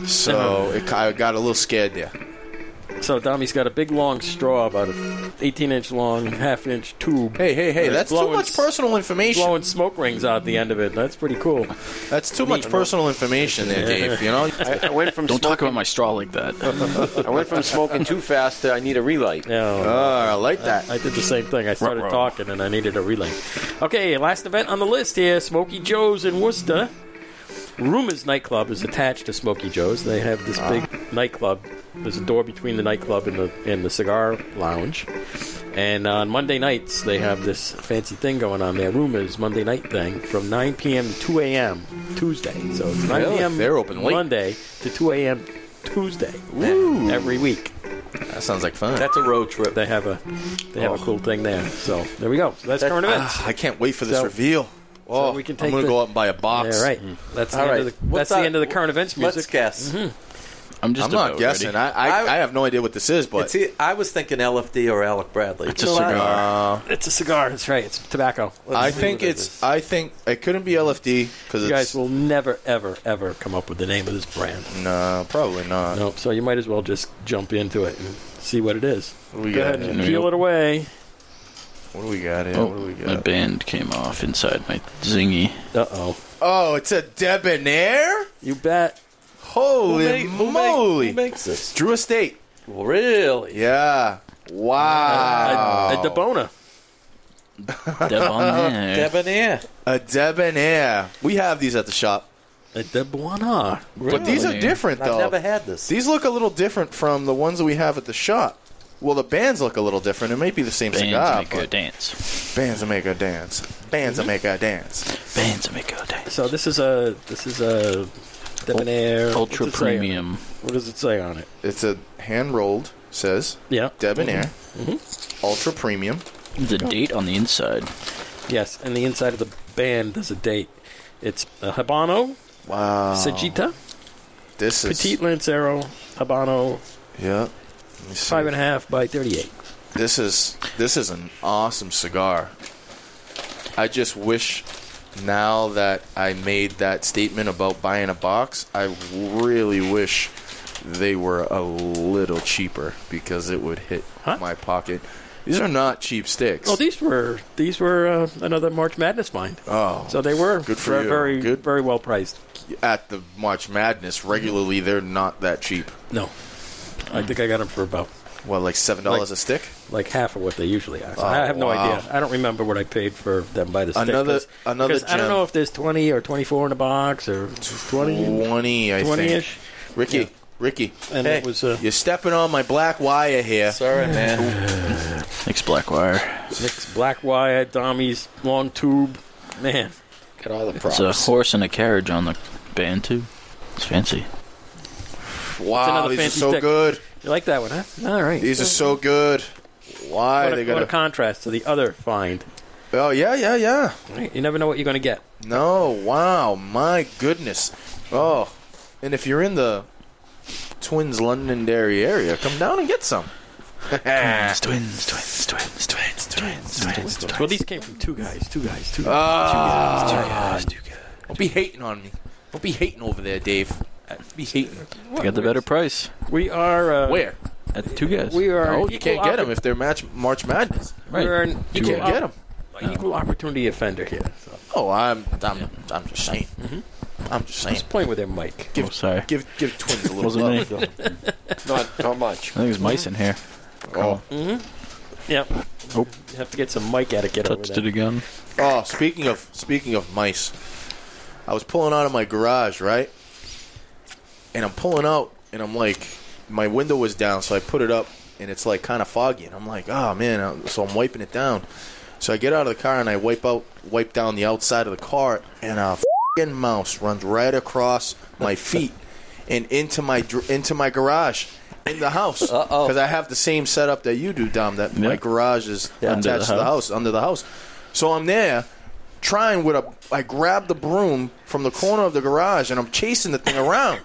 S2: so it, I got a little scared there.
S1: So Dami's got a big long straw, about an 18 inch long, half inch tube.
S2: Hey, hey, hey!
S1: It's
S2: That's too
S1: blowing
S2: much
S1: s-
S2: personal information.
S1: Blowing smoke rings out the end of it. That's pretty cool.
S2: That's too much personal information there, Dave.
S1: [laughs]
S2: You know,
S6: I, I went from
S5: Don't
S6: smoke,
S5: talk about my straw like that.
S6: I went from smoking too fast to I need a relight.
S1: Yeah.
S2: Ah, I like that.
S1: I did the same thing. I started
S5: Ruh-roh.
S1: talking and I needed a relay. Okay, last event on the list here Smokey Joe's in Worcester. Rumors Nightclub is attached to Smokey Joe's. They have
S2: Ah.
S1: this big nightclub. There's a door between the nightclub and the and the cigar lounge. And on Monday nights, they have this fancy thing going on there. Rumors Monday night thing from 9 p.m. to 2 a.m. Tuesday. So it's 9
S2: Really?
S1: p.m.
S2: They're open late.
S1: Monday to 2 a.m. Tuesday
S2: Ooh.
S1: every week
S2: That sounds like fun.
S3: That's a road trip.
S1: they have a they have a cool thing there. So there we go. So that's
S3: That-
S1: current events.
S2: Ah, I can't wait for this
S1: So-
S2: reveal. Oh,
S1: we can
S2: I'm
S1: take
S2: gonna
S1: the-
S2: go out and buy a box.
S1: All right, that's the,
S3: All
S1: end,
S3: right.
S1: of the,
S3: What's
S1: that's the
S3: that-
S1: end of the current events music. Mm-hmm.
S3: Let's guess.
S5: I'm just
S2: I'm not
S5: about
S2: guessing.
S5: ready.
S2: I, I,
S3: I-
S2: I have no idea what this is, but
S3: It's e- I was thinking LFD or Alec Bradley.
S5: It's a
S3: No, I-
S5: cigar.
S2: uh,
S1: It's a cigar. That's right. It's tobacco.
S2: I
S3: see
S2: think
S3: what it
S2: it's. I think it couldn't be LFD because
S1: You
S2: it's
S1: guys will never, ever, ever come up with the name of this brand.
S2: no, probably not.
S1: Nope. So you might as well just jump into it and see what it is.
S2: What do we
S1: Go
S2: got?
S1: ahead and
S5: Yeah.
S1: peel it away.
S2: What do we got here?
S5: Oh,
S2: what do we
S5: my
S2: got?
S5: band came off inside my zingy.
S1: Uh oh.
S2: Oh, it's a debonair.
S1: You bet.
S3: Who,
S2: Holy
S3: make- who, make-
S2: moly!
S3: who makes this?
S2: Drew Estate.
S3: Really?
S2: Yeah. Wow.
S1: A, a Debona. [laughs]
S5: Debonair.
S3: Debonair.
S2: A debonair. We have these at the shop,
S1: A Debona.
S2: but these are different
S3: I've
S2: though.
S3: never had this.
S2: These look a little different from the ones that we have at the shop. Well, the bands look a little different. It may be the same cigar.
S5: Bands make a
S2: but-
S5: dance.
S2: Bands that make a dance. Bands that make a dance.
S5: Bands make a dance.
S1: So this is a this is a debonair
S5: Ultra
S1: what's it say on it?
S5: premium.
S1: What does it say on it?
S2: It's a hand rolled. Says
S1: Yeah. Mm-hmm.
S2: debonair, ultra premium.
S5: The date on the inside.
S1: Yes, and the inside of the band is a date. It's a Habano, Oh.
S2: Wow.
S1: Sajita,
S2: This is
S1: Petite Lancero, Habano,
S2: Yeah. Let me see.
S1: five and a half by thirty-eight.
S2: This is this is an awesome cigar. I just wish now that I made that statement about buying a box, I really wish they were a little cheaper because it would hit
S1: Huh?
S2: my pocket. These are not cheap sticks.
S1: Oh, these were these were uh, another March Madness find.
S2: Oh,
S1: So they were
S2: Good for
S1: very
S2: you.
S1: very,
S2: Good.
S1: very well priced.
S2: at the March Madness regularly they're not that cheap.
S1: No, I think I got them for about
S2: What, like seven dollars
S1: Like-
S2: a stick?
S1: like half of what they usually are. So
S2: Oh,
S1: I have no
S2: wow.
S1: idea. I don't remember what I paid for them by the stick.
S2: Another-
S1: 'cause-
S2: another
S1: 'cause I don't
S2: gem.
S1: know if there's twenty or twenty-four in a box or twenty.
S2: Twenty, I
S1: 20-ish?
S2: think. Ricky,
S1: Yeah.
S2: Ricky,
S1: And
S3: Hey.
S1: it was uh,
S2: you're stepping on my black wire here.
S3: Sorry, man.
S5: Next black wire.
S1: Nick's black wire, Tommy's long tube. Man,
S4: Got all the
S5: It's a horse and a carriage on the band too. It's fancy.
S2: Wow,
S1: another
S2: these are
S1: fancy
S2: so
S1: stick.
S2: good.
S1: you like that one, huh? All right.
S2: These are so good. Why
S1: what, a,
S2: they
S1: what a
S2: got?
S1: contrast to the other find.
S2: Oh yeah, yeah, yeah.
S1: Right? You never know what you're going to get.
S2: No, wow, my goodness. Oh, and if you're in the Twins Londonderry area, come down and get some. [laughs]
S5: Twins, twins, twins, twins, twins, twins, twins, twins.
S1: Well, these came from two guys, two guys, two guys.
S2: Ah,
S5: guys, two guys.
S2: don't be hating on me. Don't be hating over there, Dave. Don't Be hating.
S5: They got the better price
S1: We are uh,
S2: Where?
S5: at two guys.
S1: We are.
S2: Oh,
S1: an
S2: you
S1: equal
S2: can't get
S1: oppor-
S2: them if they're match March Madness.
S5: Right.
S1: We're an
S5: You
S1: equal,
S2: You can't get them.
S1: op- equal opportunity offender here. So
S2: Oh, I'm, I'm, I'm just saying. I'm just saying.
S1: just playing with their mic.
S5: Mm-hmm. Oh, sorry.
S2: Give, give Twins a little
S5: Wasn't
S2: love.
S5: me. I think
S6: Not not much.
S5: there's mice in here.
S2: Oh,
S1: Yep.
S5: Oh.
S1: You have to get some mic etiquette over
S5: Touched
S1: there.
S5: it again.
S2: Oh, speaking of speaking of mice, I was pulling out of my garage, right? And I'm pulling out, and I'm like, my window was down, so I put it up, and it's like kind of foggy, and I'm like, oh man, I- so I'm wiping it down. So I get out of the car and I wipe out, wipe down the outside of the car, and a fing mouse runs right across my feet and into my dr- into my garage. In the house,
S3: Uh-oh.
S2: because I have the same setup that you do, Dom. That my
S5: Yeah.
S2: garage is
S5: Yeah. Under
S2: attached
S5: the
S2: to the
S5: house.
S2: house, under the house. So I'm there trying with a. I grab the broom from the corner of the garage and I'm chasing the thing
S5: [laughs]
S2: around.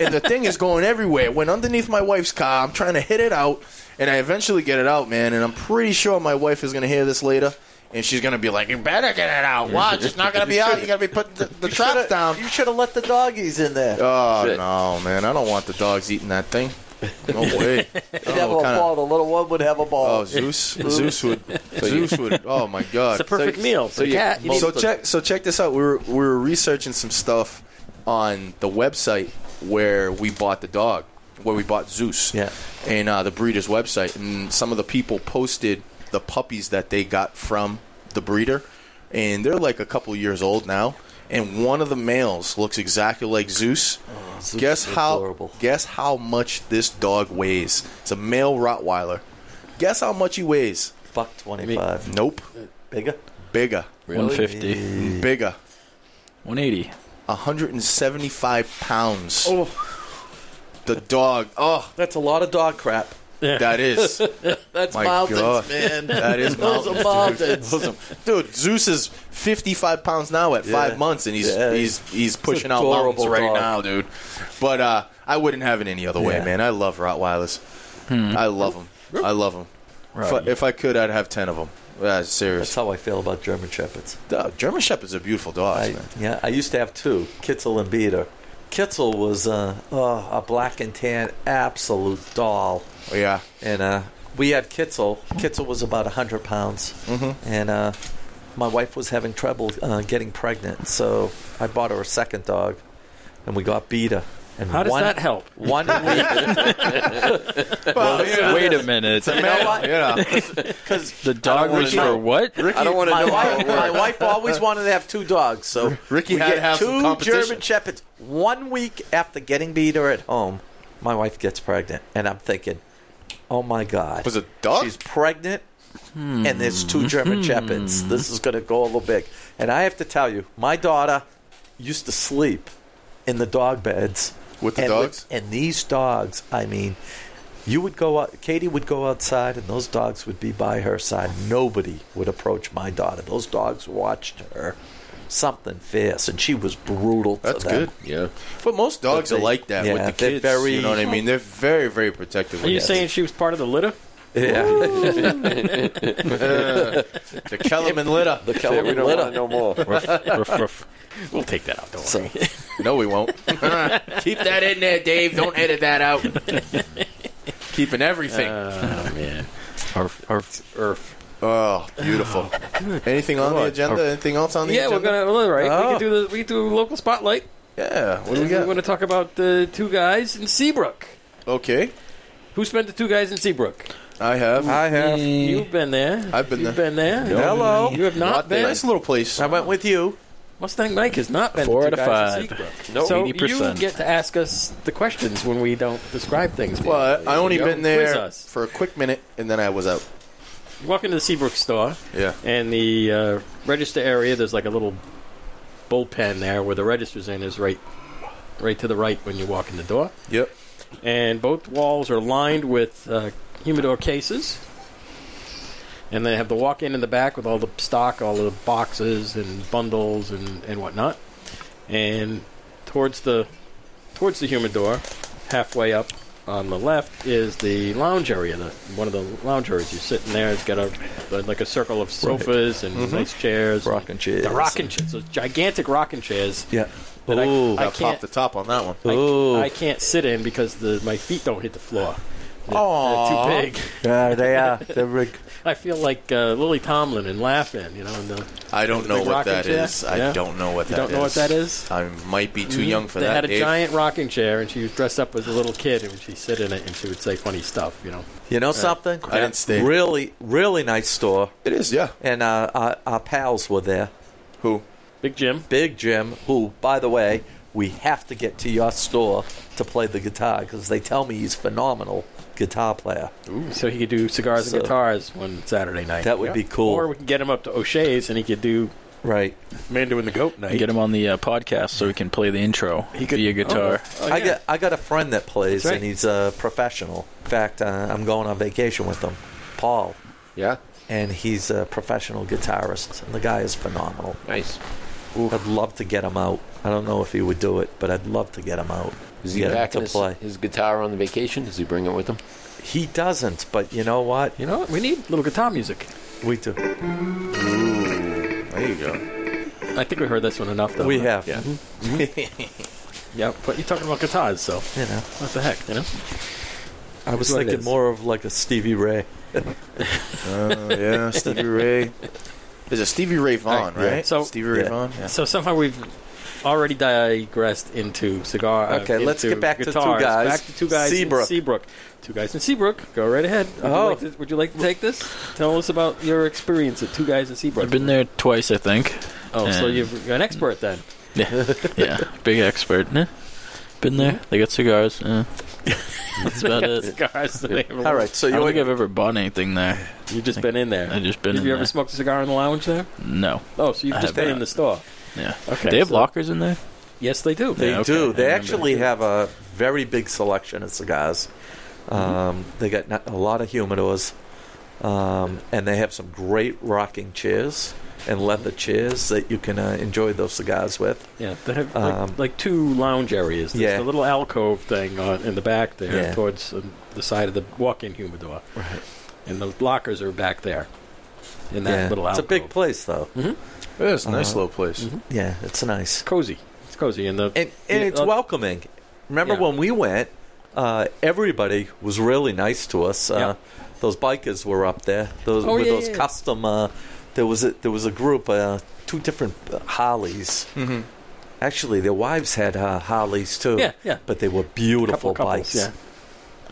S2: and the thing is going everywhere. It went underneath my wife's car. I'm trying to hit it out, and I eventually get it out, man. And I'm pretty sure my wife is going to hear this later. And she's gonna be like, "You better get it out. Watch, it's not gonna be out. You gotta be putting the,
S5: [laughs]
S2: the traps down."
S3: You should have let the doggies in there.
S2: Oh
S6: Shit.
S2: no, man! I don't want the dogs eating that thing.
S5: [laughs]
S2: No way.
S3: He'd have a ball. The little one would have a
S2: Oh, [laughs]
S3: ball.
S2: Zeus! Zeus [laughs] would. Zeus would. Oh my God!
S1: It's the perfect meal for
S6: so
S1: the
S6: you-
S1: cat. You need-
S2: so check so check this out. We were we were researching some stuff on the website where we bought the dog, where we bought Zeus.
S3: Yeah.
S2: And uh, the breeder's website, and some of the people posted the puppies that they got from the breeder, and they're like a couple years old now. And one of the males looks exactly like Zeus.
S3: Oh, Zeus
S2: guess
S3: is
S2: how?
S3: adorable.
S2: Guess how much this dog weighs? It's a male Rottweiler. Guess how much he weighs?
S3: Buck twenty-five.
S2: Nope.
S3: Bigger.
S2: Bigger.
S4: 150.
S2: Bigger.
S4: 180.
S2: 175 pounds.
S3: Oh.
S2: The dog. Oh,
S3: That's a lot of dog crap.
S2: that
S5: [laughs]
S2: is.
S5: That's
S2: My
S5: mountains,
S2: God.
S5: man.
S2: That is
S5: [laughs] Those
S2: mountains,
S5: are mountains.
S2: Dude. Dude, Zeus is 55 pounds now at
S3: Yeah.
S2: five months, and he's
S3: Yeah,
S2: he's he's pushing out mountains
S3: adorable
S2: right
S3: dog.
S2: now, dude. But uh, I wouldn't have it any other way,
S3: Yeah. Hmm.
S2: man. I love Rottweilers. I love them. I love them. If I,
S4: Right.
S2: if I could, I'd have 10 of them. Yeah,
S3: That's
S2: serious.
S3: how I feel about German shepherds.
S2: Uh, German Shepherds are beautiful dogs,
S3: I,
S2: man.
S3: yeah, I used to have two, Kitzel and Beater. Kitzel was uh, oh, a black and tan absolute doll,
S2: Yeah.
S3: and uh, we had Kitzel. Kitzel was about hundred pounds, mm-hmm. and uh, my wife was having trouble uh, getting pregnant, so I bought her a second dog, and we got Beater. And
S1: How does
S3: one,
S1: that help?
S3: One week,
S4: Wait a
S1: [laughs]
S4: minute.
S3: you
S2: [laughs]
S3: know what? [laughs]
S2: Yeah.
S4: The dog was
S3: know.
S4: for what?
S6: I don't want to
S3: my
S6: know how
S3: wife,
S6: it
S3: my
S6: works.
S3: wife always wanted to have two dogs, so
S2: Ricky
S3: we
S2: had to
S3: get
S2: have
S3: two
S2: some competition.
S3: German shepherds. One week after getting Beater at home, my wife gets pregnant, and I'm thinking, "Oh my God,
S2: Was a dog?
S3: she's pregnant, and there's two German shepherds. This is going to go a little big." And I have to tell you, my daughter used to sleep in the dog beds
S2: With the
S3: and
S2: dogs?
S3: and these dogs, I mean. You would go out. Katie would go outside, and those dogs would be by her side. Nobody would approach my daughter. Those dogs watched her, something fierce, and she was brutal. To
S2: That's
S3: them.
S2: good.
S6: Yeah.
S2: But most dogs
S3: But they-
S2: are like that with
S3: yeah,
S2: the
S3: they're
S2: kids.
S3: very-
S2: you know what I mean? They're very, very protective.
S1: Are
S2: with
S1: you
S2: the
S1: saying she was part of the litter?
S3: Yeah,
S2: kids. the Kellerman litter?
S3: the
S6: So we
S3: Kellerman
S6: don't want to
S3: litter.
S6: know more.
S4: [laughs]
S1: We'll take that out. Don't worry.
S3: So,
S2: No, we won't. Keep that in there, Dave. Don't edit that out. [laughs] Keeping everything.
S1: Oh, man.
S2: oh, beautiful. Anything on the agenda? Anything else on the
S1: Yeah, we're
S2: agenda?
S1: gonna. Well, all right, we
S3: Oh.
S1: can do the we can do local spotlight.
S2: Yeah, what do we
S1: And We're
S2: got?
S1: going to talk about the two guys in Seabrook.
S2: Okay,
S1: Who spent the two guys in Seabrook?
S2: I have.
S3: I have.
S1: You've been there.
S2: Mm. I've been
S1: You've
S2: there.
S1: been there.
S3: Hello.
S1: You have not, been.
S2: Nice little place.
S3: I went with you.
S1: Mustang Mike has not been
S4: Four
S1: to
S4: out
S1: two
S4: of
S1: guys in
S4: five.
S1: Seabrook.
S4: Nope.
S1: So
S4: 80%.
S1: you get to ask us the questions when we don't describe things.
S2: But I only
S1: You
S2: been
S1: quiz
S2: there
S1: us.
S2: for a quick minute, and then I was out.
S1: You walk into the Seabrook store,
S2: Yeah.
S1: and the uh, register area. There's like a little bullpen there where the register's in. Is right, right to the right when you walk in the door.
S2: Yep.
S1: and both walls are lined with uh, humidor cases. And they have the walk-in in the back with all the stock, all the boxes and bundles and, and whatnot. And towards the towards the humidor, halfway up on the left is the lounge area. The one of the lounge areas you sit in there. It's got a, a- like a circle of sofas and nice chairs.
S3: Rocking Mm-hmm. chairs.
S1: The rocking chairs, those gigantic rocking chairs.
S3: Yeah.
S1: That I-
S3: Ooh.
S1: I
S2: I popped
S1: can't
S2: the top on that one.
S3: Ooh.
S1: I, I can't sit in because the my feet don't hit the floor. They're,
S2: Aw.
S1: they're too big.
S3: Yeah, they are. They're rig-
S1: I feel like uh, Lily Tomlin and laughing. You know, and the,
S2: I don't know
S1: Big
S2: what
S1: rocking
S2: that
S1: chair?
S2: is. I
S1: Yeah.
S2: don't know what
S1: you
S2: that
S1: don't know what that is. Mm-hmm.
S2: I might be too young for
S1: they
S2: that.
S1: had a
S2: Dave.
S1: giant rocking chair, and she was dressed up as a little kid, and she'd sit in it, and she would say funny stuff. You know,
S3: you know something?
S2: I didn't stay.
S3: Really, really nice store.
S2: It is, yeah.
S3: And uh, our, our pals were there.
S2: Who?
S1: Big Jim.
S3: Big Jim, who, by the way, we have to get to your store to play the guitar because they tell me he's phenomenal guitar player.
S1: So he could do cigars
S3: So-
S1: and guitars one Saturday night.
S3: That would be cool.
S1: Or we can get him up to O'Shea's, and he could do
S3: right.
S1: Mandarin the Goat night.
S4: Get him on the uh, podcast so he can play the intro
S1: He could-
S4: via guitar.
S1: Oh,
S3: I
S1: yeah.
S3: got I got a friend that plays
S1: That's right.
S3: and he's a professional. In fact, uh, I'm going on vacation with him, Paul,
S6: Yeah.
S3: and he's a professional guitarist. And the guy is phenomenal.
S6: Nice.
S3: I'd love to get him out. I don't know if he would do it, but I'd love to get him out.
S6: Is he
S3: get him
S6: packing
S3: to
S6: his,
S3: play?
S6: his guitar on the vacation? Does he bring it with him?
S3: He doesn't, but you know what?
S1: You know, what? we need little guitar music.
S3: We do.
S2: There you go.
S1: I think we heard this one enough. Though
S3: We
S1: huh?
S3: have. Mm-hmm.
S2: Yeah.
S1: Yeah, but you're talking about guitars, so
S3: You know.
S1: what the heck, you know?
S3: I was
S1: what it
S3: thinking
S1: is.
S3: more of like a Stevie Ray.
S2: Uh,
S1: [laughs]
S2: yeah, Stevie Ray. There's a Stevie Ray Vaughan,
S7: Right, yeah.
S2: right?
S7: So-
S2: Stevie Ray
S3: Yeah.
S2: Vaughan. Yeah.
S1: So somehow we've already digressed into cigar. uh,
S3: Okay, let's
S1: into
S3: get back to two
S1: guitars.
S3: guys.
S1: Back to two guys.
S3: Seabrook.
S1: In Seabrook. Two guys in Seabrook. Go right ahead. Would,
S3: Oh.
S1: you like to, would you like to take this? Tell us about your experience at Two Guys in Seabrook.
S4: I've been there twice, I
S1: [laughs]
S4: think.
S1: oh, so
S4: and-
S1: you're you're an expert
S4: [laughs]
S1: then.
S4: Yeah, big expert. Eh? Been there. They got cigars.
S1: [laughs]
S4: Eh. That's about it.
S1: Cigars.
S3: All right, so
S4: I
S3: you
S4: don't think
S3: went,
S4: I've ever bought anything there.
S1: You've just been in there.
S4: I've just been
S1: Have
S4: in
S1: you
S4: there.
S1: ever smoked a cigar in the lounge there?
S4: no.
S1: Oh, so you've
S4: I
S1: just
S4: have
S1: been
S4: not.
S1: in the store.
S4: Yeah.
S1: Okay.
S4: they have
S1: so-
S4: lockers in there?
S1: Yes, they do.
S3: they
S4: Yeah, okay,
S3: do.
S4: I
S3: They
S4: remember.
S3: actually have a very big selection of cigars. Um, They got not, a lot of humidors, um, and they have some great rocking chairs and leather chairs that you can uh, enjoy those cigars with.
S1: Yeah, they have like,
S3: Um,
S1: like two lounge areas. There's
S3: Yeah.
S1: the little alcove thing on, in the back there,
S3: Yeah.
S1: towards uh, the side of the walk-in humidor,
S3: Right.
S1: and the lockers are back there in that
S3: yeah.
S1: little
S3: it's a
S1: alcove.
S3: big place, though.
S2: Yeah, it's a nice
S3: Uh-huh.
S2: little place.
S1: Mm-hmm.
S3: Yeah, it's nice.
S1: It's cozy. It's cozy, and the
S3: and, and
S1: Yeah,
S3: it's
S1: uh,
S3: welcoming. Remember
S1: yeah.
S3: when we went? Uh, everybody was really nice to us. Uh,
S1: Yeah.
S3: Those bikers were up there. Those
S1: Oh,
S3: with
S1: yeah,
S3: those
S1: yeah.
S3: custom. Uh, there was a, there was a group, uh, two different uh, Harleys.
S2: Mhm.
S3: Actually, their wives had uh, Harleys too.
S1: Mm-hmm. Yeah, yeah.
S3: But they were beautiful
S1: couple couples,
S3: bikes,
S1: yeah.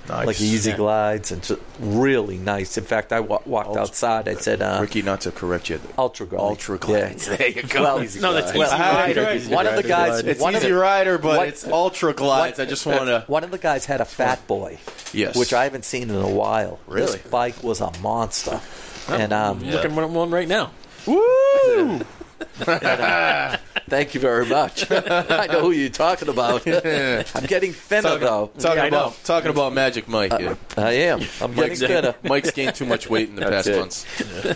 S2: Nice.
S3: like Easy
S1: Yeah.
S3: Glides, and just really nice. In fact, I wa- walked
S2: Ultra-
S3: outside. I said, uh,
S2: Ricky, not to correct you.
S3: "Ultra Glide."
S2: Ultra Glide.
S3: Yeah.
S6: There you go.
S1: no, that's
S3: Well,
S1: Easy Rider.
S3: one of the guys.
S2: It's
S3: one
S2: Easy
S3: of the,
S2: Rider, but
S3: what-
S2: it's Ultra Glides. I just want to.
S3: One of the guys had a fat boy.
S2: Yes.
S3: which I haven't seen in a while.
S2: Really?
S3: This bike was a monster. And um,
S1: Looking at one right now.
S3: woo! [laughs] uh, Thank you very much. [laughs] I know who you're talking [laughs] about. I'm getting thinner
S2: Talking,
S3: though.
S2: talking
S1: Yeah, I Uh,
S2: about talking about Magic Mike. yeah.
S3: I am. [laughs] I'm getting
S2: Mike's,
S3: thinner.
S2: Mike's gained too much weight in the past
S6: That's it.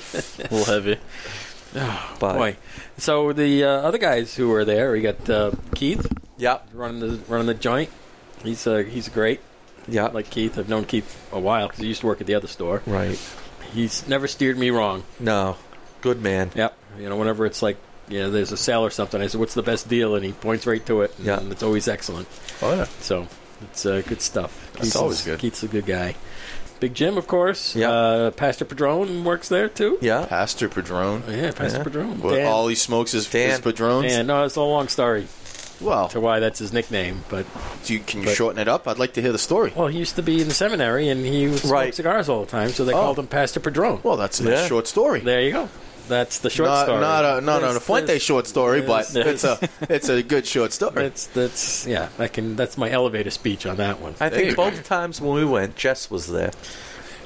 S2: months.
S4: A little heavy.
S3: But,
S1: Boy, so the uh, other guys who were there, we got uh, Keith
S3: Yeah,
S1: running the running the joint. He's uh, he's great.
S3: yeah.
S1: Like Keith, I've known Keith a while because he used to work at the other store.
S3: right.
S1: He's never steered me wrong.
S3: No. Good man.
S1: Yep. You know, whenever it's like, you know, there's a sale or something, I said, "What's the best deal?" and he points right to it. And
S3: Yeah.
S1: it's always excellent.
S2: Oh yeah.
S1: So it's uh, good stuff.
S2: That's always good.
S1: Keith's a good guy. Big Jim, of course.
S3: Yeah.
S1: Uh, Pastor Padron works there too. Oh,
S3: Yeah.
S2: Pastor Padrone.
S1: Yeah, Pastor
S3: Yeah.
S1: Padron.
S2: What,
S3: Dan.
S2: all he smokes is, is
S3: Dan.
S2: Padrones.
S1: And no, it's a long story
S2: Well,
S1: to why that's his nickname, but
S2: do you, can you
S1: but-
S2: shorten it up? I'd like to hear the story.
S1: well, he used to be in the seminary and he smoked
S3: Right.
S1: cigars all the time, so they called him Pastor Padron.
S2: Oh. Well, that's a nice
S3: Yeah.
S2: short story.
S1: there you go. That's the short
S2: not,
S1: story.
S2: Not a, no, no,
S1: There's-
S2: the Fuente
S1: there's-
S2: short story, but
S1: there's- [laughs]
S2: it's a it's a good short story.
S1: That's that's yeah. I can. That's my elevator speech on that one.
S2: you
S3: I think both times when we went, Jess was there.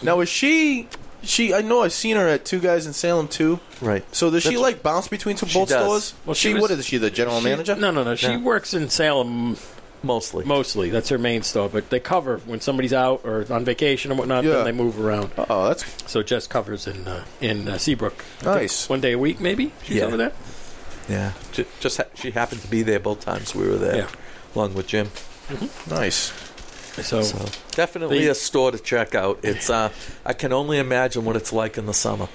S2: Now is she? She I know I've seen her at Two Guys in Salem too.
S3: Right.
S2: So does she
S3: That's-
S2: like bounce between two
S3: She
S2: both
S3: does.
S2: stores?
S1: Well,
S2: she,
S1: she was-
S2: what is she the general
S1: She-
S2: manager?
S1: No, no, no. She
S3: No.
S1: works in Salem
S3: Mostly.
S1: mostly. That's her main store, but they cover when somebody's out or on vacation and whatnot.
S2: Yeah.
S1: Then they move around.
S2: Oh, that's
S1: So Jess covers in uh, in uh, Seabrook. I think
S2: nice.
S1: One day a week, maybe. She's
S3: Yeah.
S1: over there.
S3: yeah. Ju- Just ha- she happened to be there both times we were there,
S1: Yeah.
S3: along with Jim.
S2: Nice.
S1: So,
S3: So definitely
S1: The-
S3: a store to check out. It's uh, I can only imagine what it's like in the summer.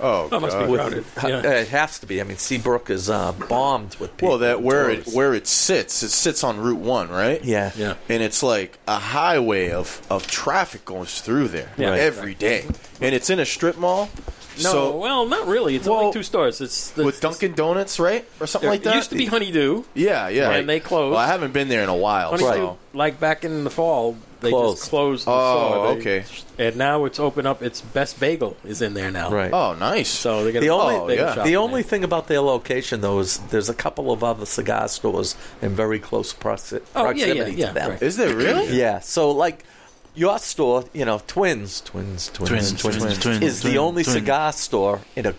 S2: Oh,
S1: Oh, it must be
S2: God.
S1: great. Crowded,
S3: ha-
S1: yeah.
S3: uh, it has to be. I mean, Seabrook is uh, bombed with people.
S2: well, that where it
S3: tourists.
S2: where it sits, it sits on Route One, right?
S3: yeah,
S1: yeah.
S2: and it's like a highway of, of traffic goes through there
S1: Yeah. Right.
S2: every day, and it's in a strip mall.
S1: No,
S2: so
S1: well, not really. It's
S2: Well,
S1: only two stores. It's the,
S2: with Dunkin' Donuts, right, or something like that.
S1: It used to be Honeydew.
S2: yeah, yeah.
S1: and they closed.
S2: Well, I haven't been there in a while.
S1: Honeydew,
S2: So.
S1: like back in the fall, they
S3: Closed.
S1: just closed the
S2: Oh,
S1: store. They-
S2: okay.
S1: And now it's open up. It's Best Bagel is in there now.
S3: right.
S2: Oh, nice.
S1: So they got
S3: The
S1: a
S3: only-
S1: bagel
S2: yeah.
S1: shop
S3: the
S1: in
S3: only thing about their location, though, is there's a couple of other cigar stores in very close proxi-
S1: Oh, yeah, yeah,
S3: proximity
S1: yeah,
S3: to them.
S1: right.
S2: is
S1: [clears throat]
S2: there really?
S3: Yeah, so like your store, you know, Twins, Twins, Twins, Twins,
S5: Twins,
S3: Twins,
S5: Twins, Twins,
S3: is the
S5: Twins,
S3: only
S5: Twins.
S3: cigar store in a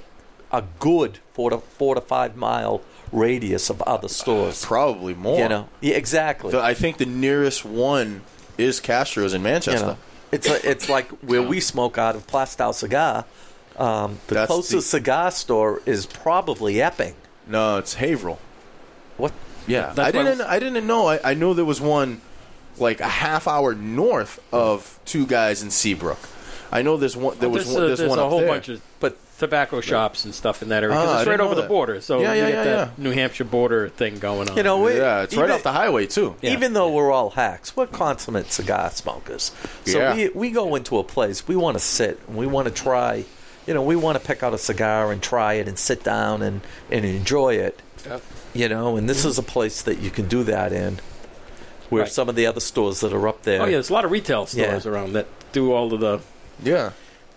S3: a good four to four to five mile radius of other stores.
S2: Probably more.
S3: You know, yeah, exactly.
S2: The- I think the nearest one is Castro's in
S3: you
S2: Manchester.
S3: know, it's a, it's like where we smoke out of Plastow cigar. Um, the
S2: That's
S3: closest
S2: the-
S3: cigar store is probably Epping.
S2: No, it's Haverhill.
S3: What?
S2: Yeah,
S1: That's
S2: I
S1: why-
S2: didn't. I didn't know. I, I know there was one like a half hour north of two guys in Seabrook. I know there's one. There was
S1: There's
S2: one.
S1: a,
S2: There's,
S1: Oh, there's
S2: one
S1: a
S2: up
S1: whole
S2: there.
S1: bunch of
S3: But
S8: tobacco shops and stuff in that area. 'cause
S2: Ah, I
S8: it's
S2: didn't
S8: right over
S2: know
S8: the
S2: that.
S8: border, so
S2: Yeah,
S8: you
S2: yeah,
S8: get
S2: yeah,
S8: that New Hampshire border thing going on.
S3: You know, we-
S2: yeah, it's right
S3: even-
S2: off the highway too.
S8: Yeah.
S3: Even though we're all hacks, we're consummate cigar smokers. So
S2: Yeah.
S3: we, we go into a place, we want to sit, and we want to try, you know, we want to pick out a cigar and try it and sit down and, and enjoy it. You know, and this is a place that you can do that in where
S8: Right.
S3: some of the other stores that are up there.
S8: oh yeah, there's a lot of retail stores
S3: Yeah.
S8: around that do all of the
S2: Yeah,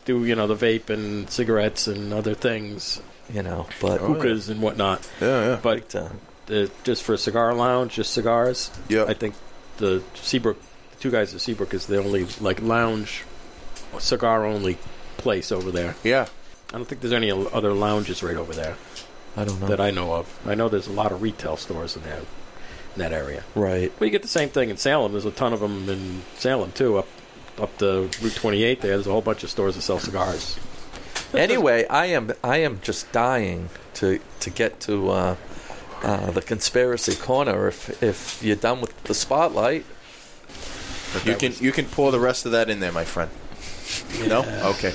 S8: do you know the vape and cigarettes and other things,
S3: You know, but.
S2: Oh, yeah.
S8: hookahs and whatnot.
S2: yeah,
S8: But
S3: uh,
S8: uh, just for a cigar lounge, just cigars.
S2: yeah.
S8: I think the Seabrook, the two guys at Seabrook, is the only like lounge, cigar only place over there.
S2: yeah.
S8: I don't think there's any o- other lounges right over there
S3: I don't know.
S8: that I know of. I know there's a lot of retail stores in there, in that area.
S3: right.
S8: But you get the same thing in Salem. There's a ton of them in Salem too. Up up to Route 28 there. There's a whole bunch of stores that sell cigars.
S3: anyway, I am I am just dying to to get to uh, uh, the conspiracy corner. If if you're done with the spotlight,
S2: You can you can pour the rest of that in there, my friend. No, okay.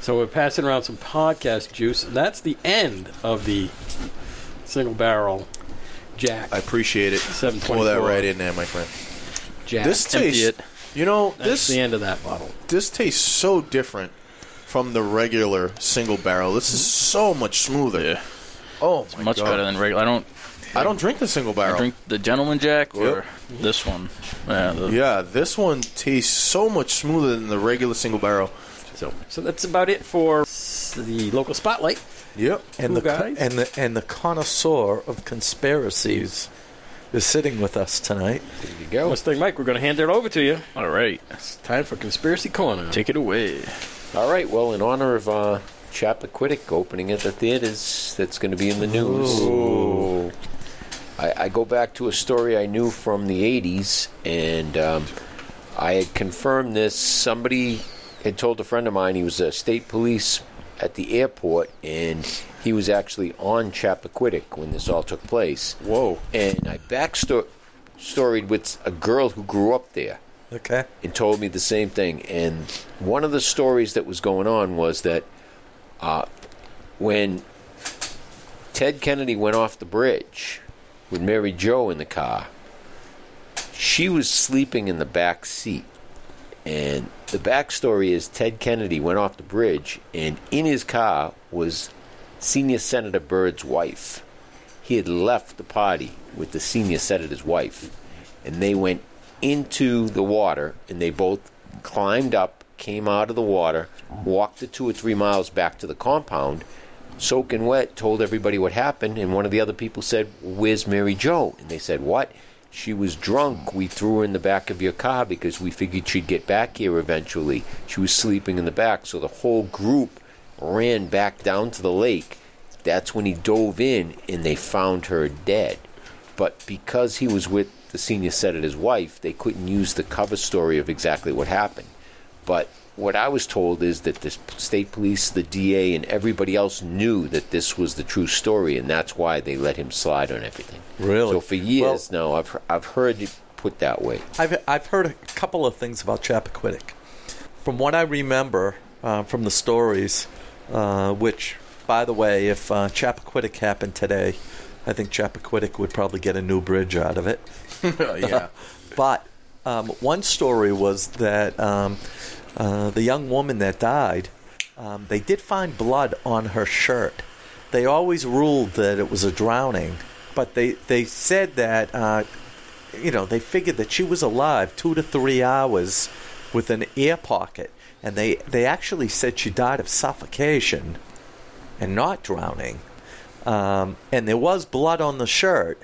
S8: So we're passing around some podcast juice. And that's the end of the single barrel Jack.
S2: I appreciate it. Pour
S8: 724.
S2: that right in there, my friend.
S8: Jack.
S2: This
S4: Empty
S2: tastes.
S4: it.
S2: You know
S8: that's
S2: this
S8: the end of that bottle.
S2: this tastes so different from the regular single barrel. This is so much smoother. Oh, my
S4: Much
S2: God.
S4: better than regular. I don't
S2: I don't drink the single barrel.
S4: I drink the Gentleman Jack or
S2: Yep.
S4: this one. Yeah, the,
S2: Yeah, this one tastes so much smoother than the regular single barrel.
S8: So so that's about it for s- the local spotlight.
S2: Yep.
S3: and
S8: Cool
S3: the co-
S8: guys.
S3: and the and the connoisseur of conspiracies is sitting with us tonight.
S8: Let's think, Mike. We're going to hand it over to you.
S4: All right,
S8: It's time for conspiracy corner.
S4: take it away.
S6: All right. Well, in honor of uh, Chappaquiddick opening at the theaters, that's going to be in the news. I, I go back to a story I knew from the 80s, and um, I had confirmed this. Somebody had told a friend of mine he was a state police at the airport, and he was actually on Chappaquiddick when this all took place.
S2: Whoa.
S6: And I backstoried with a girl who grew up there
S3: Okay,
S6: and told me the same thing. And one of the stories that was going on was that uh, when Ted Kennedy went off the bridge with Mary Jo in the car, she was sleeping in the back seat. And the backstory is Ted Kennedy went off the bridge, and in his car was Senior Senator Byrd's wife. He had left the party with the senior senator's wife, and they went into the water, and they both climbed up, came out of the water, walked the two or three miles back to the compound, soaking wet, told everybody what happened, and one of the other people said, Where's Mary Jo? And they said, What? She was drunk. We threw her in the back of your car because we figured she'd get back here eventually. She was sleeping in the back, so the whole group ran back down to the lake. That's when he dove in and they found her dead. But because he was with the senior senator's wife, they couldn't use the cover story of exactly what happened. But what I was told is that the state police, the DA, and everybody else knew that this was the true story, and that's why they let him slide on everything.
S3: Really?
S6: So for years now, I've I've heard it put that way.
S3: I've I've heard a couple of things about Chappaquiddick. From what I remember uh, from the stories, uh, which, by the way, if uh, Chappaquiddick happened today, I think Chappaquiddick would probably get a new bridge out of it.
S2: [laughs] yeah.
S3: But um, one story was that um, uh, the young woman that died, um, they did find blood on her shirt. They always ruled that it was a drowning, but they, they said that, uh, you know, they figured that she was alive two to three hours with an air pocket. And they, they actually said she died of suffocation and not drowning. Um, and there was blood on the shirt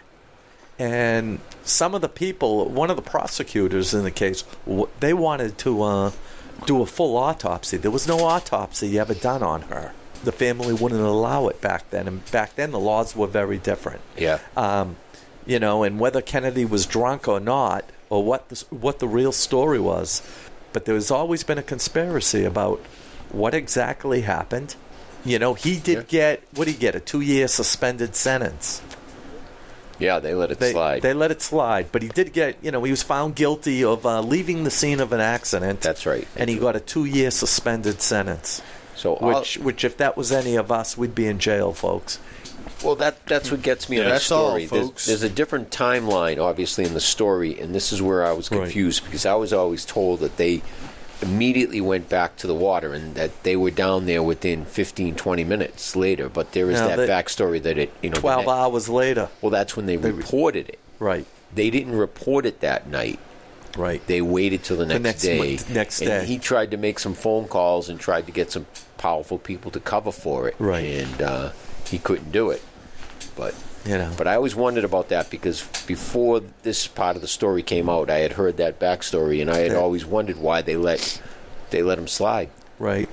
S3: and some of the people, one of the prosecutors in the case, w- they wanted to uh, do a full autopsy. There was no autopsy ever done on her. The family wouldn't allow it back then, and back then the laws were very different.
S6: Yeah.
S3: Um, you know, and whether Kennedy was drunk or not, or what the, what the real story was, but there's always been a conspiracy about what exactly happened. You know, he did get what did he get a two year suspended sentence
S6: Yeah, they let it
S3: They,
S6: slide.
S3: they let it slide, but he did get, you know, he was found guilty of uh, leaving the scene of an accident.
S6: That's right.
S3: And he got a two-year suspended sentence.
S6: so all-
S3: Which, which, if that was any of us, we'd be in jail, folks.
S6: Well, that that's what gets me on the
S2: That's all,
S6: story. There's-
S2: folks.
S6: There's, a different timeline, obviously, in the story, and this is where I was
S3: Right.
S6: confused because I was always told that they immediately went back to the water and that they were down there within 15, 20 minutes later. But there is
S3: No,
S6: that
S3: they-
S6: backstory that it, you know, the
S3: Twelve
S6: next-
S3: hours later,
S6: Well, that's when they reported it.
S3: right,
S6: They didn't report it that night.
S3: right.
S6: They waited till the next,
S3: next
S6: day.
S3: mo- next
S6: and
S3: day.
S6: he tried to make some phone calls and tried to get some powerful people to cover for it.
S3: Right.
S6: and uh, he couldn't do it. But
S3: You know.
S6: but I always wondered about that because before this part of the story came out, I had heard that backstory, and I had
S3: Yeah.
S6: always wondered why they let they let him slide.
S3: right.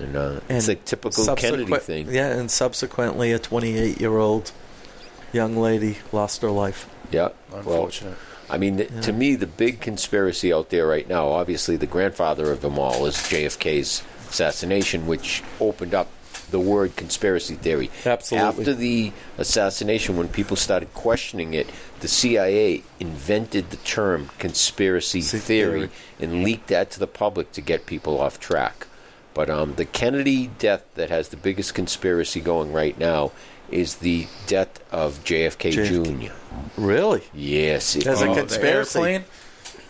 S6: And, uh, it's a typical Kennedy
S3: subsequent-
S6: thing.
S3: Yeah, and subsequently, a 28 year old young lady lost her life.
S6: Yeah. Well,
S2: Unfortunate.
S6: I mean, th- to me, the big conspiracy out there right now, obviously, the grandfather of them all is JFK's assassination, which opened up the word conspiracy theory.
S3: Absolutely.
S6: After the assassination, when people started questioning it, the CIA invented the term conspiracy
S3: See,
S6: theory
S3: theory.
S6: and leaked that to the public to get people off track. But um, the Kennedy death that has the biggest conspiracy going right now is the death of JFK,
S3: JFK.
S6: Jr.
S3: Really?
S6: Yes, it
S3: As a
S2: Oh, the
S3: conspiracy.
S2: airplane?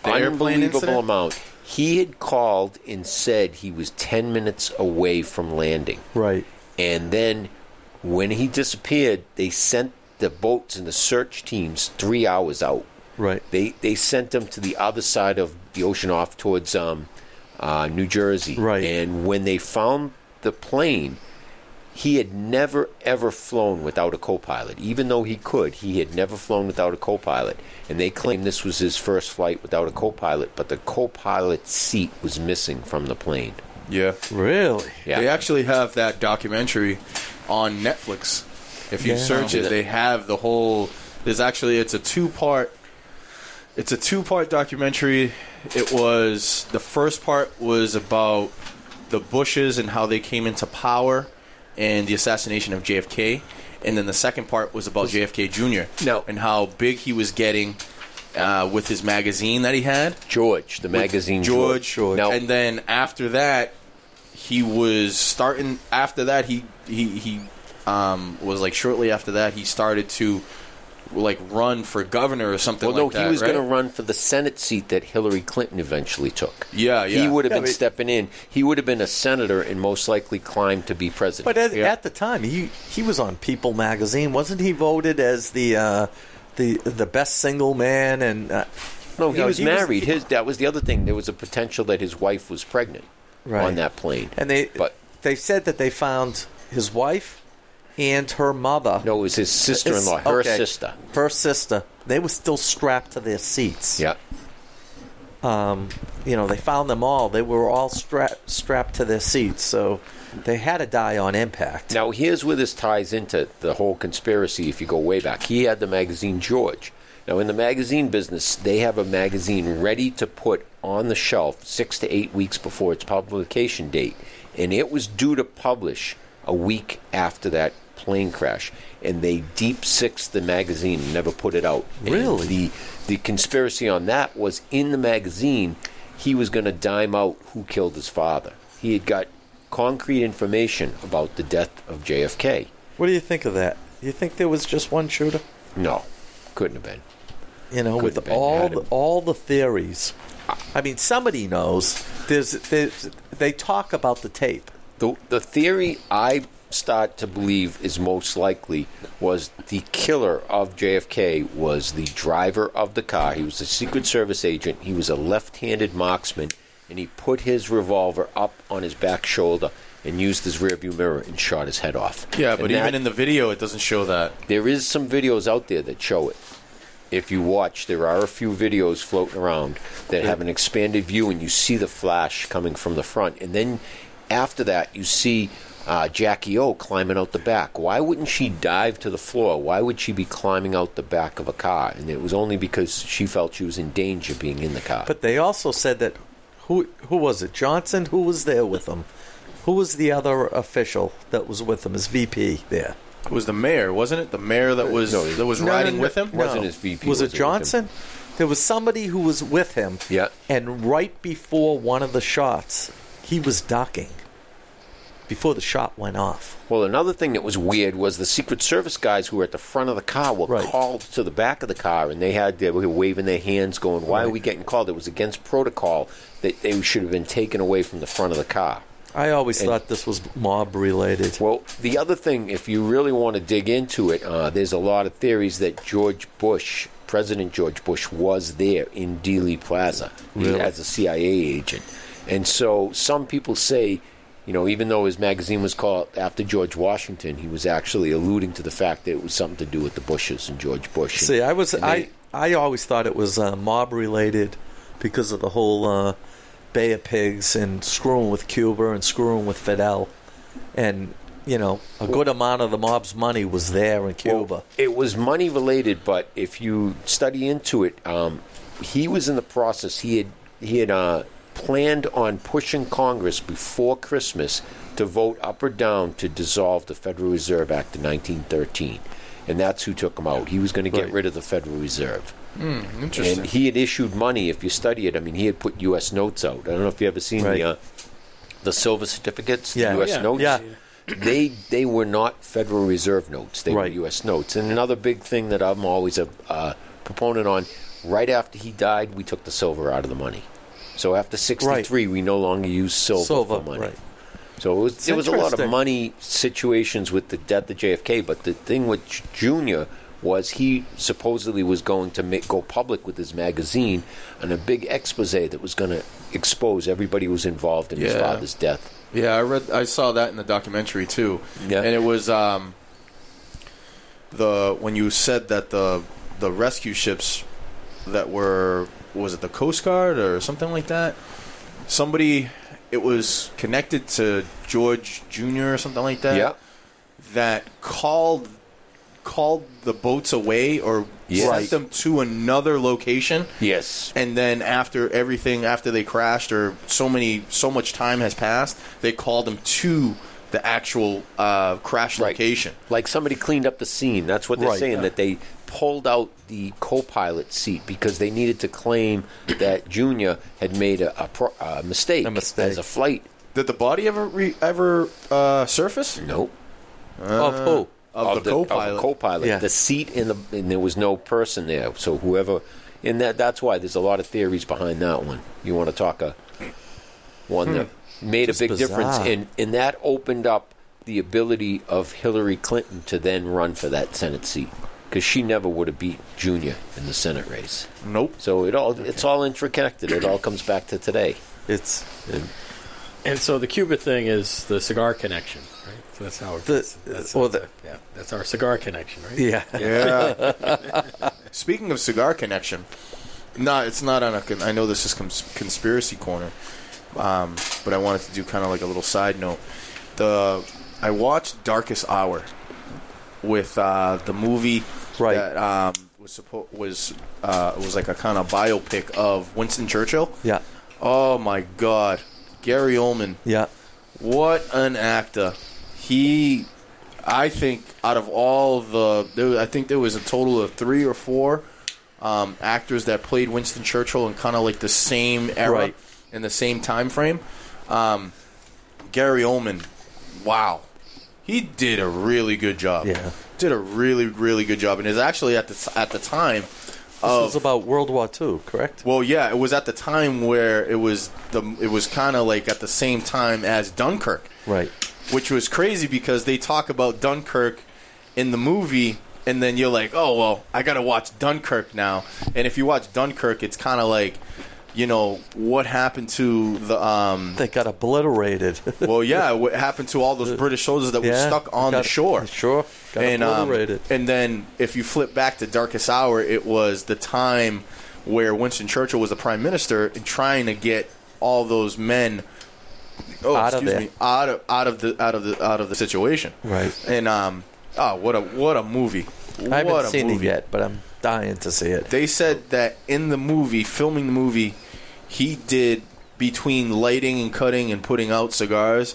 S2: The airplane
S6: unbelievable
S2: incident?
S6: amount. He had called and said he was 10 minutes away from landing.
S3: Right.
S6: And then when he disappeared, they sent the boats and the search teams three hours out.
S3: Right.
S6: They they sent them to the other side of the ocean off towards um, uh, New Jersey.
S3: Right.
S6: And when they found the plane, he had never ever flown without a co-pilot. Even though he could, he had never flown without a co-pilot. And they claimed this was his first flight without a co-pilot, but the co-pilot seat was missing from the plane.
S2: Yeah.
S3: Really?
S6: Yeah.
S2: They actually have that documentary on Netflix. If you
S3: Yeah.
S2: search it, they have the whole. There's actually it's a two part. It's a two part documentary. It was the first part was about the Bushes and how they came into power and the assassination of JFK, and then the second part was about JFK Jr.
S6: No.
S2: and how big he was getting uh, with his magazine that he had.
S6: George, the magazine
S2: George,
S6: Now,
S2: and then after that, he was starting. After that, he he he um, was like shortly after that he started to like run for governor or something.
S6: Well, no,
S2: like that,
S6: he was
S2: right?
S6: going to run for the Senate seat that Hillary Clinton eventually took.
S2: Yeah, yeah.
S6: He would have
S3: Yeah,
S6: been
S3: but-
S6: stepping in. He would have been a senator and most likely climbed to be president.
S3: But at,
S2: Yeah.
S3: at the time, he he was on People magazine, wasn't he? Voted as the uh, the the best single man, and uh,
S6: no,
S3: you
S6: he
S3: know,
S6: was married. his that was the other thing. There was a potential that his wife was pregnant
S3: Right.
S6: on that plane.
S3: and they
S6: But-
S3: they said that they found his wife and her mother.
S6: no, it was his sister-in-law, her
S3: Okay.
S6: sister.
S3: Her sister. They were still strapped to their seats.
S6: Yeah,
S3: um, you know, they found them all. They were all stra- strapped to their seats, so they had to die on impact.
S6: Now, here's where this ties into the whole conspiracy if you go way back. He had the magazine George. Now, in the magazine business, they have a magazine ready to put on the shelf six to eight weeks before its publication date. And it was due to publish a week after that plane crash. And they deep sixed the magazine and never put it out. And
S3: Really?
S6: the, the conspiracy on that was in the magazine, he was going to dime out who killed his father. He had got concrete information about the death of JFK.
S3: What do you think of that? You think there was just one shooter?
S6: No, couldn't have been.
S3: You know,
S6: Could've
S3: with
S6: been,
S3: all
S6: had
S3: the,
S6: it.
S3: all the theories. I mean, somebody knows. There's, there's they talk about the tape.
S6: The, the theory I start to believe is most likely was the killer of JFK was the driver of the car. He was a Secret Service agent. He was a left-handed marksman, and he put his revolver up on his back shoulder and used his rearview mirror and shot his head off.
S2: yeah,
S6: And
S2: but
S6: that-
S2: even in the video, it doesn't show that.
S6: There is some videos out there that show it. If you watch, there are a few videos floating around that have an expanded view, and you see the flash coming from the front. And then after that, you see uh, Jackie O climbing out the back. Why wouldn't she dive to the floor? Why would she be climbing out the back of a car? And it was only because she felt she was in danger being in the car.
S3: But they also said that who who was it? Johnson? Who was there with them? Who was the other official that was with them? His VP there.
S2: It was the mayor, wasn't it? The mayor that was
S6: No, he-
S2: that was
S3: No, no,
S2: riding
S3: no.
S2: with him.
S3: No.
S6: Wasn't his VP,
S3: Was
S6: was it with
S3: it
S6: him?
S3: Johnson? There was somebody who was with him.
S6: Yeah.
S3: And right before one of the shots, he was docking. Before the shot went off.
S6: Well, another thing that was weird was the Secret Service guys who were at the front of the car were
S3: Right.
S6: called to the back of the car, and they had they were waving their hands, going, "Why are we getting called?" It was against protocol that they should have been taken away from the front of the car.
S3: I always
S6: And-
S3: thought this was mob related.
S6: Well, the other thing, if you really want to dig into it, uh, there's a lot of theories that George Bush, President George Bush, was there in Dealey Plaza
S3: Really?
S6: as a CIA agent. And so some people say, you know, even though his magazine was called after George Washington, he was actually alluding to the fact that it was something to do with the Bushes and George Bush.
S3: See, I was
S6: And
S3: I
S6: they-
S3: I always thought it was uh, mob related because of the whole uh, Bay of Pigs and screwing with Cuba and screwing with Fidel, and you know a good amount of the mob's money was
S6: Oh,
S3: there in Cuba.
S6: Well, it was money related, but if you study into it, um, he was in the process. He had he had uh, planned on pushing Congress before Christmas to vote up or down to dissolve the Federal Reserve Act of 1913, and that's who took him out. He was going to get
S3: Right. Hmm,
S6: rid of the Federal Reserve.
S2: Interesting.
S6: And he had issued money. If you study it, I mean, he had put U.S. notes out. I don't know if you ever seen
S3: Right.
S6: the uh, the silver certificates,
S3: Yeah.
S6: the U.S.
S3: Yeah.
S6: notes.
S3: Yeah.
S6: They they were not Federal Reserve notes. They
S3: Right.
S6: were U.S. notes. And another big thing that I'm always a uh, proponent on. Right after he died, we took the silver out of the money. So after '63, we no longer use silver,
S3: Silver,
S6: for money.
S3: right.
S6: So it was, there was a lot of
S3: interesting.
S6: money situations with the death of JFK, but the thing with J- Junior was he supposedly was going to make, go public with his magazine and a big expose that was going to expose everybody who was involved in his
S2: Yeah.
S6: father's death.
S2: Yeah, I read. I saw that in the documentary too.
S6: Yeah.
S2: and it was um, the when you said that the the rescue ships that were was it the Coast Guard or something like that? Somebody, it was connected to George Junior or something like that.
S6: Yeah.
S2: that called called the boats away or sent
S6: Yes.
S2: them to another location
S6: Yes.
S2: and then after everything after they crashed or so many so much time has passed they called them to the actual uh, crash
S6: Right.
S2: location
S6: Like somebody cleaned up the scene. That's what they're
S3: Right.
S6: saying, that they pulled out the co pilot seat because they needed to claim that Junior had made a, a, pro, a, mistake
S3: A mistake.
S6: as a flight.
S2: did the body ever re- ever uh, surface
S6: Nope.
S3: of
S6: Uh.
S3: who?
S2: of, the, co-pilot
S6: Oh, Of the co-pilot.
S3: Yeah.
S6: The seat in the and there was no person there. So whoever and that that's why there's a lot of theories behind that one. You want to talk a one that made
S3: Hmm. Just
S6: a big difference
S3: bizarre.
S6: and and that opened up the ability of Hillary Clinton to then run for that Senate seat because she never would have beat Junior in the Senate race.
S2: nope
S6: So it all it's all interconnected. It all comes back to today.
S3: It's
S8: And so the Cuba thing is the cigar connection, right? So that's how it
S3: The- uh,
S8: that's, that's,
S3: well, the-
S8: yeah, that's our cigar connection, right?
S2: [laughs]
S3: yeah.
S2: yeah speaking of cigar connection no it's not on a con- i know this is cons- conspiracy corner um, but i wanted to do kind of like a little side note the i watched darkest hour with uh, the movie
S3: Right.
S2: that um, was suppo- was uh, was like a kind of biopic of Winston Churchill.
S3: Yeah.
S2: Oh my God, Gary Oldman,
S3: Yeah.
S2: what an actor! He, I think, out of all the, there was- I think there was a total of three or four um, actors that played Winston Churchill in kind of like the same era
S3: Right.
S2: in the same time frame. Um, Gary Oldman, wow, he did a really good job.
S3: Yeah.
S2: did a really really good job, and is actually at the at the time
S3: This
S2: of
S3: was about World War II, correct?
S2: well, yeah, it was at the time where it was the it was kind of like at the same time as Dunkirk,
S3: Right.
S2: which was crazy because they talk about Dunkirk in the movie, and then you're like, oh well, I gotta watch Dunkirk now. And if you watch Dunkirk, it's kind of like, you know, what happened to the um.
S3: They got obliterated. [laughs]
S2: Well, yeah, what happened to all those British soldiers that were
S3: yeah.
S2: stuck on
S3: Got-
S2: the shore?
S3: Sure. Got
S2: and um,
S3: obliterated.
S2: and then if you flip back to Darkest Hour, it was the time where Winston Churchill was the prime minister and trying to get all those men oh,
S3: Out of
S2: excuse
S3: there.
S2: me out of out of the out of the out of the situation.
S3: Right.
S2: And um oh what a what a movie.
S3: I haven't
S2: what a
S3: seen
S2: movie.
S3: it yet, but I'm dying to see it.
S2: They said that in the movie, filming the movie, he did between lighting and cutting and putting out cigars,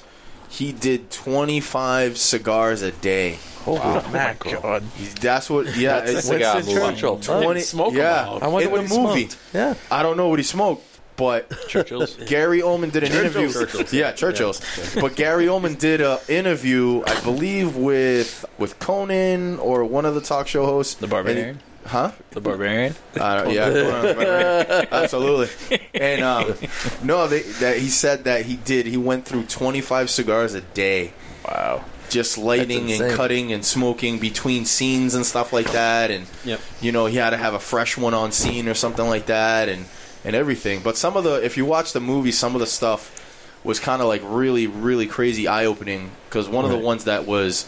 S2: he did 25 cigars a day.
S3: Holy mackerel.
S5: God.
S2: That's what. Yeah,
S6: That's
S2: it's
S6: the cigar
S3: Winston
S6: movie.
S3: Churchill.
S8: Didn't
S2: 20
S8: smoke
S2: um, yeah,
S8: allowed.
S3: I wonder
S2: in
S3: what
S2: the
S3: he
S2: movie.
S3: smoked. Yeah.
S2: I don't know what he smoked, but
S4: Churchill's.
S2: [laughs] Gary Ullman did an interview. Yeah, Churchill's. [laughs] But Gary Ullman did an interview, I believe, with with Conan or one of the talk show hosts.
S4: The Barbarian?
S2: And he- huh?
S4: The Barbarian?
S2: I don't, yeah, I don't remember. [laughs] absolutely. And um, no, they, that he said that he did. He went through 25 cigars a day.
S4: Wow.
S2: Just lighting and
S3: insane.
S2: cutting and smoking between scenes and stuff like that, and
S8: Yep.
S2: you know he had to have a fresh one on scene or something like that, and and everything. But some of the, if you watch the movie, some of the stuff was kind of like really, really crazy, eye opening. Because one of the ones that was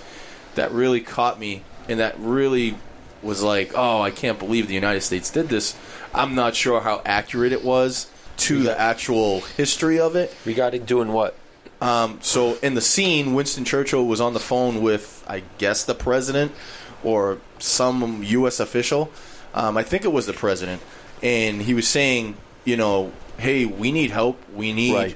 S2: that really caught me and that really was like, oh, I can't believe the United States did this. I'm not sure how accurate it was to the actual history of it.
S6: Regarding doing what?
S2: Um, so in the scene, Winston Churchill was on the phone with, I guess, the president or some U.S. official. Um, I think it was the president, and he was saying, you know, hey, we need help. We need,
S3: Right.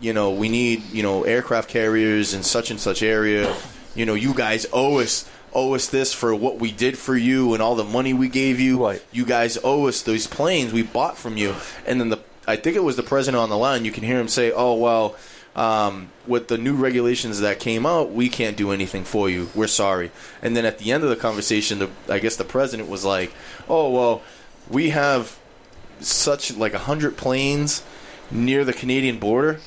S2: you know, we need, you know, aircraft carriers in such and such area. You know, you guys owe us owe us this for what we did for you and all the money we gave you
S3: Right.
S2: you guys owe us those planes we bought from you. And then the I think it was the president on the line. You can hear him say, "Oh well, um, with the new regulations that came out, we can't do anything for you. We're sorry." And then at the end of the conversation, the, I guess the president was like, "Oh well, we have such like a hundred planes near the Canadian border."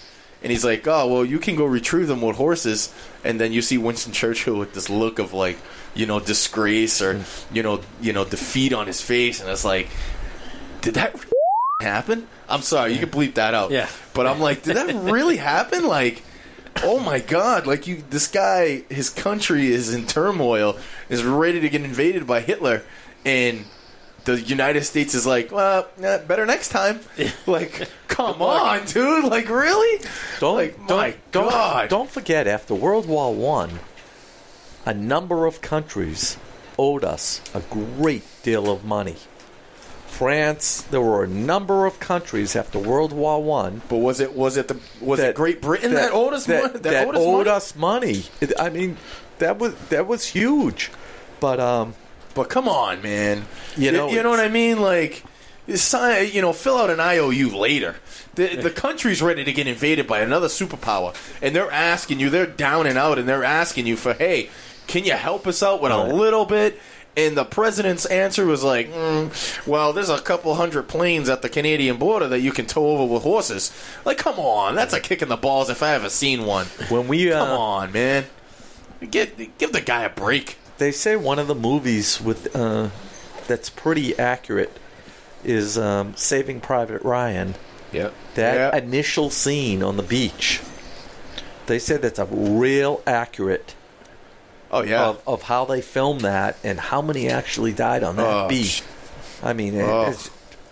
S2: And he's like, "Oh well, you can go retrieve them with horses." And then you see Winston Churchill with this look of like, you know, disgrace or
S8: Hmm.
S2: you know, you know, defeat on his face, and it's like, did that [laughs] happen? I'm sorry, you can bleep that out.
S8: Yeah.
S2: but I'm like, did that
S8: [laughs]
S2: really happen? Like, oh my god, like you, this guy, his country is in turmoil, is ready to get invaded by Hitler, and the United States is like, well, nah, better next time. [laughs] Like, come on, dude. Like, really?
S3: Don't
S2: Like,
S3: don't
S2: my
S3: don't
S2: God.
S3: don't forget after World War One, a number of countries owed us a great deal of money. France, there were a number of countries after World War One
S2: But was it was it the was it Great Britain that, owed us
S3: that,
S2: money? That,
S3: that
S2: owed us money?
S3: us money. It- I mean, that was that was huge, but um,
S2: But come on, man.
S3: You
S2: You
S3: know,
S2: know, you know what
S3: it's-
S2: I mean? Like, sign, you know, fill out an IOU later. The, the country's ready to get invaded by another superpower, and they're asking you. They're down and out, and they're asking you for, hey, can you help us out with
S3: Right.
S2: a little bit? And the president's answer was like, mm, "Well, there's a couple hundred planes at the Canadian border that you can tow over with horses." Like, come on, that's a kick in the balls if I ever seen one.
S3: when we uh,
S2: Come on, man, get give the guy a break.
S3: They say one of the movies with uh, that's pretty accurate is um, Saving Private Ryan.
S6: Yep.
S3: That
S2: Yeah.
S3: initial scene on the beach. They say that's a real accurate
S2: Oh yeah,
S3: of, of how they filmed that and how many actually died on that
S2: Oh,
S3: beach.
S2: sh-
S3: I mean, it-
S2: Oh.
S3: it's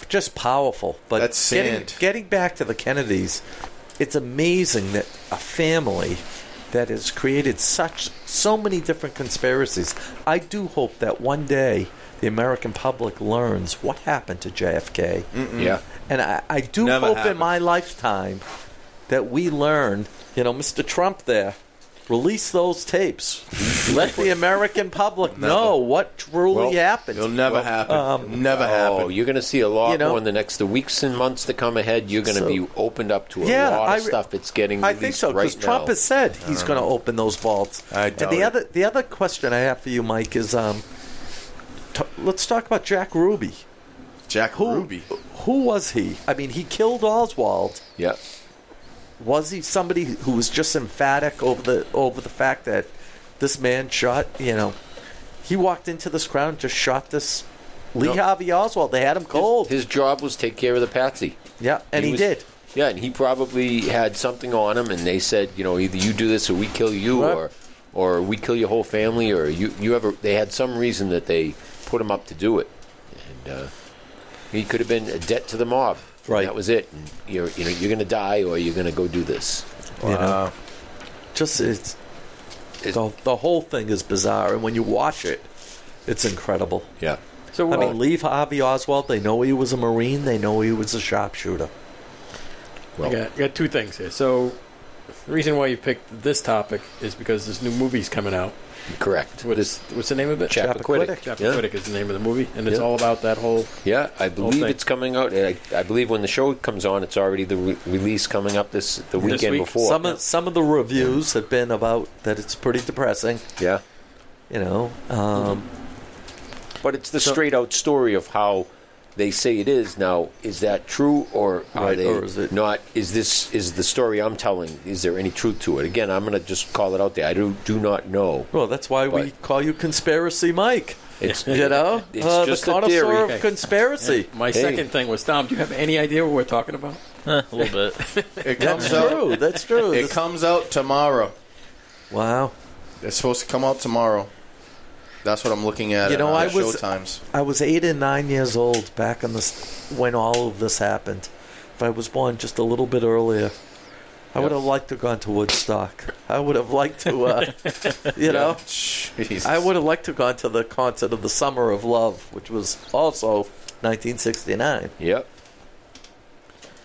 S3: just powerful. But
S2: That's
S3: getting,
S2: sand.
S3: getting back to the Kennedys, it's amazing that a family that has created such so many different conspiracies. I do hope that one day the American public learns what happened to JFK.
S6: Yeah.
S3: And I, I do
S2: Never
S3: hope in
S2: happened.
S3: my lifetime that we learn, you know, Mr. Trump there, release those tapes. Let the American public know what truly happened.
S2: It'll never happen.
S3: um,
S2: never
S6: Oh,
S2: happen.
S6: you're going to see a lot
S3: You know-
S6: more in the next the weeks and months to come ahead. You're going to
S3: So-
S6: be opened up to a
S3: Yeah,
S6: lot
S3: I
S6: of
S3: re-
S6: stuff that's getting
S3: I
S6: released
S3: think so
S6: right
S3: because Trump
S6: now.
S3: has said he's going to open those vaults.
S2: I
S3: and
S2: doubt
S3: the
S2: it.
S3: other the other question I have for you, Mike, is um, t- let's talk about Jack Ruby.
S2: Jack
S3: Who
S2: Ruby.
S3: who was he? I mean, he killed Oswald.
S6: yeah.
S3: was he somebody who was just emphatic over the over the fact that this man shot you know he walked into this crowd and just shot this Lee Harvey Oswald they had him cold
S6: His job was take care of the patsy.
S3: yeah and he,
S6: was-
S3: did
S6: Yeah, and he probably had something on him, and they said, you know, either you do this or we kill you,
S3: Right.
S6: or or we kill your whole family, or you you ever. They had some reason that they put him up to do it, and uh, he could have been a debt to the mob. And
S3: Right.
S6: that was it. And you're you know you're going to die, or you're going to go do this.
S3: you know just it's
S6: It-
S3: the, the whole thing is bizarre and when you watch it it's incredible
S6: Yeah,
S8: So
S3: I
S8: uh,
S3: mean Lee Harvey Oswald they know he was a marine they know he was a sharpshooter
S8: I got, I got two things here. So The reason why you picked this topic is because this new movie's coming out.
S6: Correct.
S8: What's, what's the name of it?
S6: Chappaquiddick.
S8: Chappaquiddick is the name of the movie, and it's
S6: Yeah.
S8: all about that whole.
S6: Yeah, I believe
S8: thing.
S6: it's coming out. and I, I believe when the show comes on, it's already the re- release coming up this the weekend
S8: week.
S6: before.
S3: Some of, some of the reviews have been about that it's pretty depressing,
S6: yeah,
S3: you know. Um,
S6: but it's the straight out story of how they say it is. Now, is that true or are
S3: Right,
S6: they
S3: or is it-
S6: not? Is this is the story I'm telling? Is there any truth to it? Again, I'm going to just call it out there. I do do not know.
S3: Well, that's why we
S6: But-
S3: call you Conspiracy Mike.
S6: [laughs] It's
S3: You know,
S6: It's
S3: Uh,
S6: just
S3: the
S6: a
S3: connoisseur
S6: theory.
S3: of conspiracy.
S8: My
S6: Hey.
S8: second thing was Tom. Do you have any idea what we're talking about?
S4: Eh, a little bit.
S2: It
S3: That's
S2: comes out.
S3: true. That's
S2: [laughs]
S3: true.
S2: It
S3: This-
S2: comes out tomorrow.
S3: wow.
S2: It's supposed to come out tomorrow. That's what I'm looking at.
S3: You know,
S2: uh,
S3: I was-
S2: Showtimes.
S3: I was eight and nine years old back in this when all of this happened. If I was born just a little bit earlier, I would have liked to have gone to Woodstock. I would have liked to, uh, you know,
S2: Jeez.
S3: I would have liked to have gone to the concert of the Summer of Love, which was also 1969.
S6: Yep.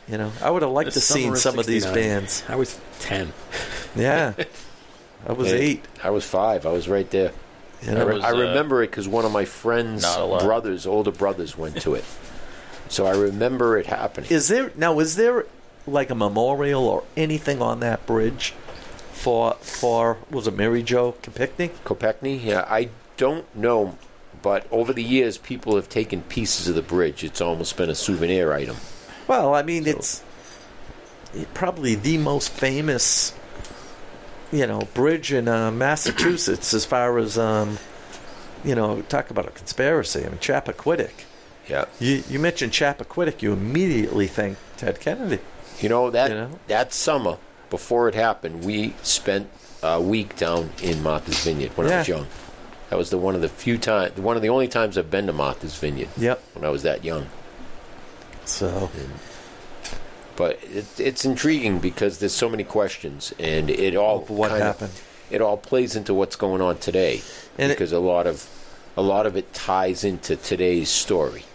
S3: You know, I would have liked
S8: The
S3: to seen
S8: summer of
S3: some of these
S8: 69.
S3: bands.
S8: I was ten.
S3: Yeah, I was
S6: Hey,
S3: eight.
S6: I was five. I was right there.
S3: You
S6: I,
S3: know,
S6: re-
S4: was,
S6: I
S4: uh,
S6: remember it because one of my friend's
S4: not a lot.
S6: brothers, older brothers, went to it. So I remember it happening.
S3: Is there now? Is there like a memorial or anything on that bridge for for was it Mary Jo Kopechne?
S6: Kopechne? Yeah, I don't know, but over the years, people have taken pieces of the bridge. It's almost been a souvenir item.
S3: Well, I mean, it's probably the most famous, you know, bridge in uh, Massachusetts as far as um, you know, talk about a conspiracy. I mean, Chappaquiddick.
S6: Yeah,
S3: You you mentioned Chappaquiddick, you immediately think Ted Kennedy.
S6: you know that
S3: You know?
S6: that summer before it happened, we spent a week down in Martha's Vineyard when I was
S3: Yeah.
S6: young. That was the one of the few times, one of the only times I've been to Martha's Vineyard
S3: Yep.
S6: when I was that young.
S3: So
S6: But it, it's intriguing because there's so many questions, and it all
S3: what
S6: kind of-
S3: happened?
S6: it all plays into what's going on today,
S3: And it-
S6: because a lot of a lot of it ties into today's story.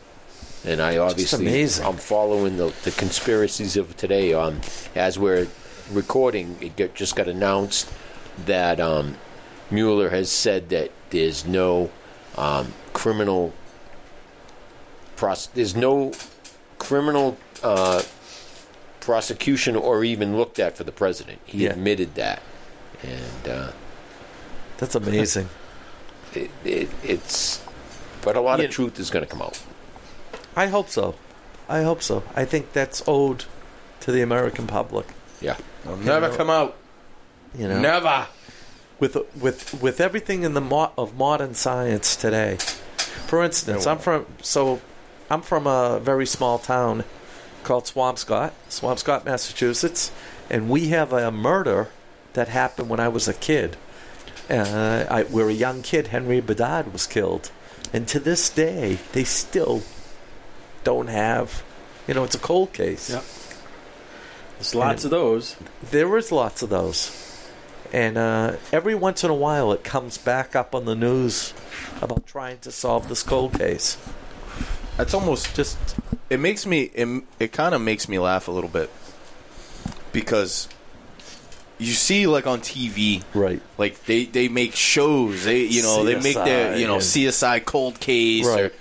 S6: And I obviously
S3: amazing.
S6: I'm following the, the conspiracies of today. Um, as we're recording, it get, just got announced that um, Mueller has said that there's no um, criminal pros- there's no criminal uh, prosecution or even looked at for the president. He
S3: Yeah.
S6: admitted that, and uh,
S3: That's amazing.
S6: it, it, it's. But a lot
S3: Yeah.
S6: of truth is going to come out.
S3: I hope so. I hope so. I think that's owed to the American public.
S6: Yeah,
S2: It'll never come out.
S3: You know,
S2: Never.
S3: with with with everything in the mo- of modern science today. For instance, I'm from so I'm from a very small town called Swampscott, Swampscott, Massachusetts, and we have a murder that happened when I was a kid. Uh, I, we were a young kid. Henry Bedard was killed, and to this day, they still don't have. You know, it's a cold case.
S8: Yep. There's lots of those.
S3: There is lots of those. And uh, every once in a while, it comes back up on the news about trying to solve this cold case.
S2: That's almost
S3: Just
S2: it makes me it, it kind of makes me laugh a little bit because you see like on TV
S3: right,
S2: like they they make shows they you know they make their you know
S3: CSI
S2: CSI cold case or
S3: Right.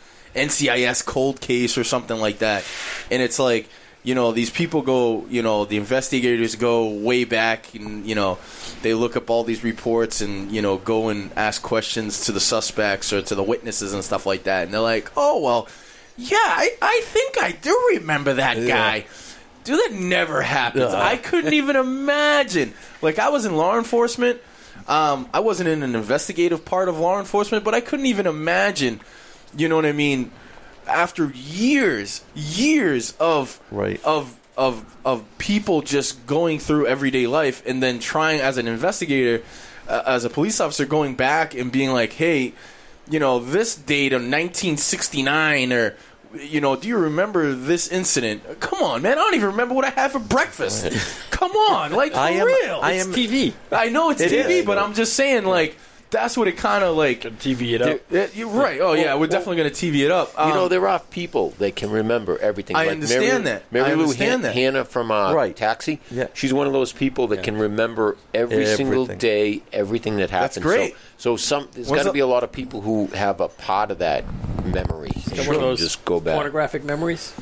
S2: NCIS cold case or something like that and it's like you know these people go you know the investigators go way back and you know they look up all these reports and you know go and ask questions to the suspects or to the witnesses and stuff like that and they're like oh well yeah I, I think I do remember that guy dude that never happens I couldn't even imagine like I was in law enforcement um, I wasn't in an investigative part of law enforcement, but I couldn't even imagine, you know what I mean, after years, years of
S3: Right.
S2: of of of people just going through everyday life and then trying as an investigator, uh, as a police officer, going back and being like, hey, you know, this date of 1969 or. You know, do you remember this incident? Come on, man! I don't even remember what I had for breakfast. [laughs] Come on, like for
S3: I am-
S2: real.
S3: I
S2: It's
S3: am-
S8: TV.
S2: I know it's
S3: It
S2: TV,
S3: is.
S2: but I'm just saying, like, That's what it kind of like.
S9: TV it up.
S2: It- it- you're right. Oh yeah, we're definitely going to TV it up.
S6: you know,
S2: Um,
S6: there are people that can remember everything.
S2: I
S6: like Mary,
S2: understand that.
S6: Mary
S2: I
S6: Lou
S2: understand
S6: Han-
S2: that.
S6: Hannah from uh,
S3: Right.
S6: Taxi.
S3: Yeah.
S6: She's one of those people that can remember every single
S3: Everything.
S6: day, everything that happened.
S2: great.
S6: So, so some there's
S2: When's
S6: got to
S2: the-
S6: be a lot of people who have a part of that memory.
S1: One of
S6: Sure.
S1: those
S6: Just go back
S1: pornographic memories.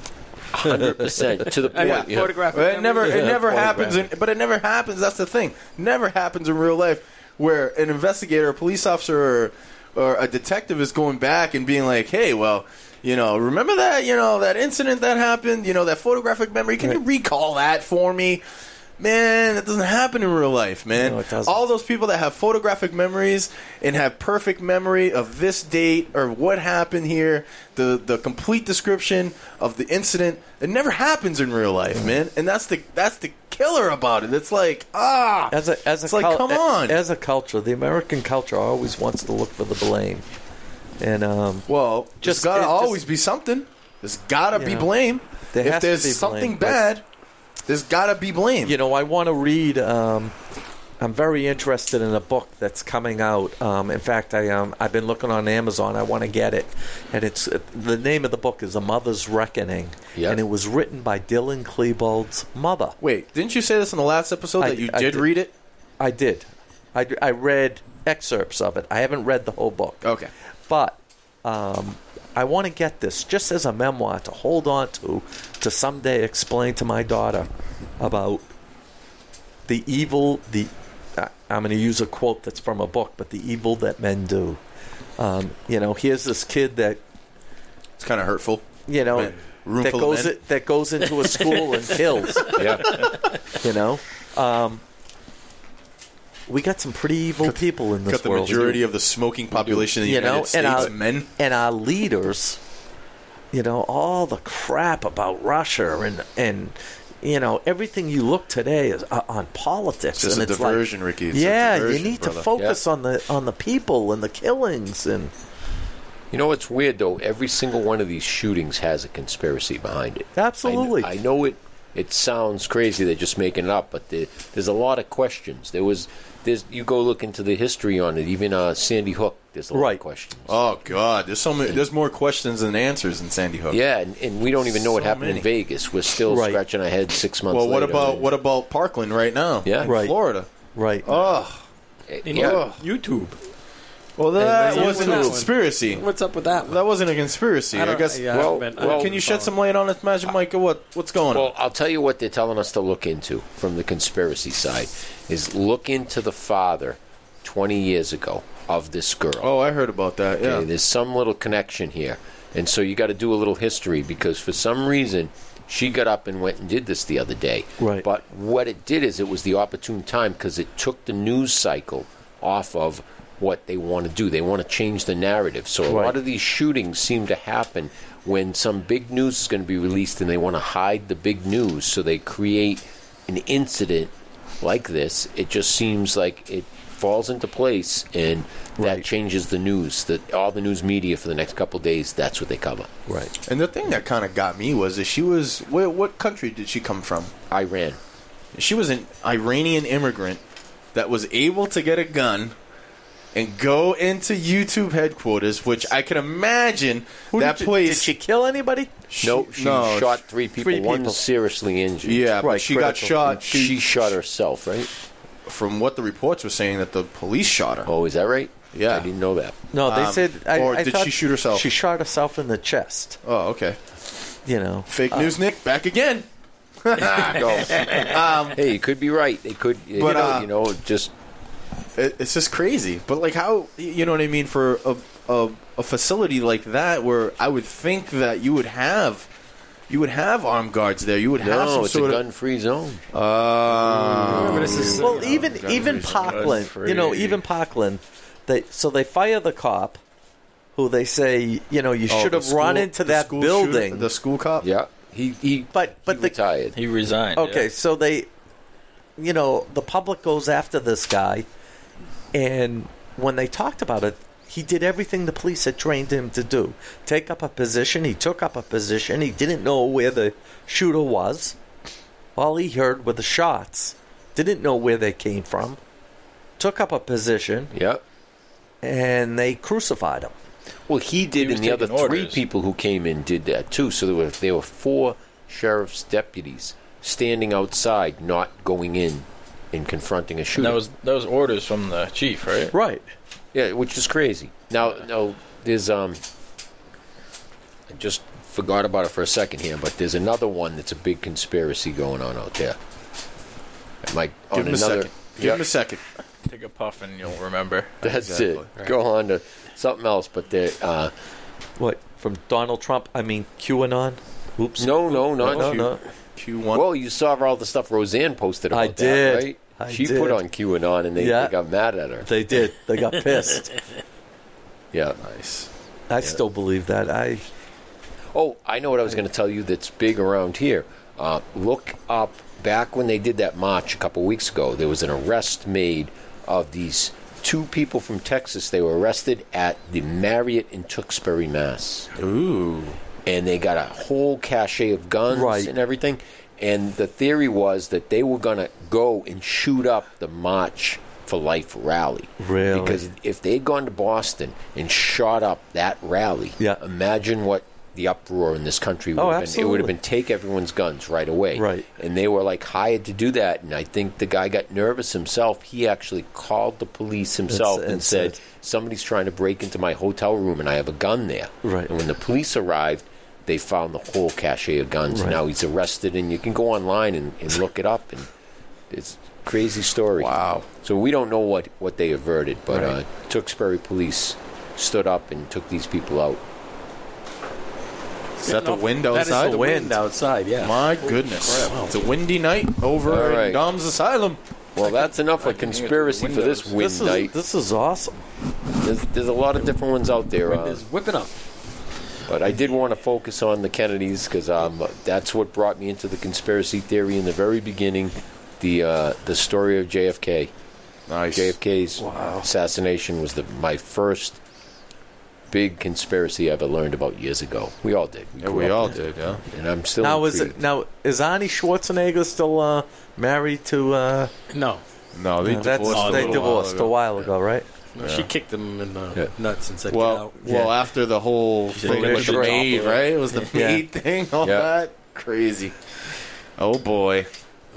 S6: 100% to the
S1: [laughs]
S6: point.
S1: I mean,
S6: yeah.
S1: photographic.
S2: It never,
S1: memories.
S2: it never
S3: photograph.
S2: happens. In, but it never happens. That's the thing. Never happens in real life where an investigator, a police officer, or, or a detective is going back and being like, "Hey, well, you know, remember that? You know that incident that happened? You know that photographic memory? Can you recall that for me?" Man, that doesn't happen in real life, man.
S3: No, it doesn't.
S2: All those people that have photographic memories and have perfect memory of this date or what happened here, the the complete description of the incident, it never happens in real life, man. And that's the that's the killer about it. It's like ah,
S3: As a as a
S2: It's like, come on.
S3: As a culture, the American culture always wants to look for the blame, and um,
S2: well,
S3: Just-
S2: just gotta
S3: it just-
S2: always be something. There's gotta be
S3: Yeah.
S2: blame.
S3: There
S2: if
S3: has to
S2: there's
S3: be blame,
S2: something
S3: but-
S2: bad, there's gotta be blame.
S3: you know, I want to read. Um, I'm very interested in a book that's coming out. Um, in fact, I um, I've been looking on Amazon. I want to get it, and it's the name of the book is A Mother's Reckoning,
S6: Yeah.
S3: and it was written by Dylan Klebold's mother.
S2: Wait, didn't you say this in the last episode
S3: I-
S2: that you
S3: I
S2: did
S3: did.
S2: read it?
S3: I did, I, I read excerpts of it. I haven't read the whole book.
S2: Okay.
S3: but um, I want to get this just as a memoir to hold on to, to someday explain to my daughter about the evil. The I- I'm going to use a quote that's from a book, but the evil that men do. Um, you know, here's this kid that
S2: It's kind of hurtful.
S3: you know
S2: Man, room
S3: that
S2: full of
S3: goes
S2: men.
S3: that goes into a
S2: [laughs]
S3: school and kills.
S6: Yeah.
S3: You know, um, we got some pretty evil people in this
S2: Cut the
S3: world.
S2: majority of the smoking population in the
S3: You
S2: United
S3: know, and
S2: States
S3: I'll-
S2: men.
S3: and our leaders, you know, all the crap about Russia and and you know everything you look today is uh, on politics.
S10: It's just
S3: and
S10: a
S3: it's
S10: diversion,
S3: like,
S10: Ricky. It's a
S3: yeah,
S10: diversion,
S3: you need to
S10: brother.
S3: focus on the on the people and the killings and
S6: You know what's weird though? Every single one of these shootings has a conspiracy behind it.
S3: Absolutely.
S6: I, kn- I know it. It sounds crazy. They're just making it up, but there, there's a lot of questions. There was. There's. You go look into the history on it. Even uh, Sandy Hook. There's a lot
S3: Right.
S6: of questions.
S2: Oh God, there's so many. There's more questions than answers in Sandy Hook.
S6: yeah, and, and we don't even know what
S2: So
S6: happened
S2: many.
S6: in Vegas. We're still
S3: Right.
S6: scratching our head six months.
S2: Well, what
S6: later.
S2: about what about Parkland right now?
S6: Yeah.
S2: in
S3: Right.
S2: Florida.
S3: right.
S2: Oh,
S9: In
S6: Eh, yeah.
S9: You- YouTube.
S2: well, that
S1: Hey, what's
S2: wasn't
S1: up
S2: a
S1: with that one?
S2: conspiracy.
S1: What's up with that?
S2: That wasn't a conspiracy. I, guess.
S1: yeah, I haven't
S6: well-
S1: been- I
S6: well,
S1: haven't
S2: Can you
S1: been
S2: shed some light on this, Magic Mike? or What what's going
S6: Well, I'll tell you what they're telling us to look into from the conspiracy side is look into the father 20 years ago of this girl.
S2: on? Oh, I heard about that. Yeah.
S6: Okay, there's some little connection here. And so you got to do a little history because for some reason she got up and went and did this the other day.
S3: Right.
S6: But what it did is it was the opportune time because it took the news cycle off of what they want to do. They want to change the narrative. So a
S3: Right.
S6: lot of these shootings seem to happen when some big news is going to be released and they want to hide the big news. So they create an incident like this. It just seems like it falls into place and that changes the news that all the news media for the next couple days that's what they cover
S3: right.
S2: And the thing that kind of got me was that she was. Wh- what country did she come from?
S6: iran
S2: She was an Iranian immigrant that was able to get a gun and go into YouTube headquarters, which I can imagine that
S3: did, you-
S2: place.
S3: Did she kill anybody?
S6: no she
S2: no,
S6: shot three people
S3: three
S6: one
S3: people.
S6: seriously injured
S2: Yeah, but
S3: Right,
S2: she got
S3: critical.
S2: shot.
S6: she,
S2: She,
S6: shot herself right
S2: from what the reports were saying, that the police shot her.
S6: oh is that right
S2: Yeah.
S6: i didn't know that
S3: No, they
S2: Um,
S3: said. I,
S2: or
S3: I
S2: did
S3: thought
S2: she shoot herself?
S3: She shot herself in the chest.
S2: Oh, okay.
S3: You know.
S2: Fake news, Nick. Back again.
S6: [laughs] hey you could be right they could you,
S2: Um, But,
S6: know,
S2: uh,
S6: you know just
S2: It, it's just crazy. But like, how you know what I mean for a, a a facility like that, where I would think that you would have. You would have armed guards there. You would have
S6: no
S2: some
S6: it's a
S2: sort of. Uh,
S6: gun-free zone
S1: Remember, this is-
S3: Well, even even Parkland, you know,
S2: free.
S3: even Parkland, they so they fire the cop, who they say, you know, you
S2: Oh,
S3: should
S2: the
S3: have run
S2: school-
S3: into
S2: the
S3: that
S2: school shooter-
S3: building.
S2: the school cop.
S6: yeah he he
S3: But- but
S6: he
S3: the-
S6: retired
S4: He resigned.
S3: okay,
S4: yeah.
S3: so they, you know, the public goes after this guy, and when they talked about it, he did everything the police had trained him to do: take up a position. He took up a position. He didn't know where the shooter was. All he heard were the shots. Didn't know where they came from. Took up a position.
S6: yeah
S3: and they crucified him.
S6: Well, he did,
S5: was
S6: and the other
S5: taking
S6: three
S5: orders.
S6: people who came in did that too. So there were there were four sheriff's deputies standing outside, not going in and confronting a
S5: And
S6: shooter.
S5: that was that was orders from the chief, right?
S3: Right.
S6: yeah, which is crazy. Now, now there's um, I just forgot about it for a second here, but there's another one that's a big conspiracy going on out there. Mike, on
S2: Give him a
S6: Oh, another,
S2: second. Give
S6: Yeah.
S2: him a second.
S5: Take a puff and you'll remember.
S6: [laughs] That's
S2: Exactly.
S6: it. Go on to something else, but there. Uh,
S3: What from Donald Trump? I mean QAnon. Oops.
S6: no, no, not
S3: no,
S6: you.
S3: no.
S2: Q1.
S6: Well, you saw all the stuff Roseanne posted about
S3: I
S6: that,
S3: did.
S6: right?
S3: I
S6: she
S3: did.
S6: put on QAnon and they,
S3: Yeah.
S6: they got mad at her.
S3: They did. They got pissed.
S6: Yeah.
S3: I still believe that. I
S6: Oh, I know what I was going to tell you that's big around here. Uh, look up back when they did that march a couple weeks ago, there was an arrest made of these two people from Texas. They were arrested at the Marriott in Tewksbury, Mass.
S2: Ooh.
S6: and they got a whole cache of guns
S3: Right.
S6: and everything. And the theory was that they were going to go and shoot up the March for Life rally.
S3: Really?
S6: Because if they'd gone to Boston and shot up that rally,
S3: Yeah.
S6: imagine what the uproar in this country would
S3: Oh,
S6: have been. It would
S3: absolutely.
S6: have been take everyone's guns right away.
S3: Right.
S6: And they were like hired to do that. And I think the guy got nervous himself. He actually called the police himself
S3: It's-
S6: and
S3: it's-
S6: said, somebody's trying to break into my hotel room and I have a gun there.
S3: Right.
S6: And when the police arrived, they found the whole cache of guns.
S3: Right.
S6: Now he's arrested, and you can go online and, and look it up, and it's a crazy story. Wow. So we don't know what, what they averted, but uh, Tewksbury police stood up and took these people out.
S2: Is that the wind
S1: That is
S2: outside?
S1: the wind outside. Yeah.
S2: My goodness. It's a windy night over
S6: All
S2: in
S6: right.
S2: Dom's Asylum.
S6: Well, that's enough of
S5: can hear it
S6: conspiracy
S5: through the
S6: for this wind
S3: this
S6: night.
S3: is this is awesome.
S6: There's, there's a lot of different ones out there,
S1: Wind
S6: uh,
S1: is whipping up.
S6: but I did want to focus on the Kennedys because um, that's what brought me into the conspiracy theory in the very beginning. The uh, the story of JFK.
S2: Nice.
S6: JFK's assassination was the my first big conspiracy I ever learned about years ago. We all did.
S2: Yeah, we all did, yeah.
S6: And I'm still
S3: now is it
S6: intrigued.
S3: now is Arnie Schwarzenegger still uh, married to? Uh,
S1: No,
S2: No, they
S3: that's
S2: divorced. a
S3: they
S2: little
S3: divorced
S2: while ago.
S3: a while ago, right?
S1: she kicked him in the
S6: Yeah.
S1: nuts and said, "Get
S2: Well,
S1: out."
S2: well, after the whole
S4: did
S2: thing
S4: it
S2: with the
S4: with the
S2: maid,
S4: doppler.
S2: right? It was the
S3: Yeah.
S2: maid thing, all
S6: Yeah.
S2: that crazy. Oh boy,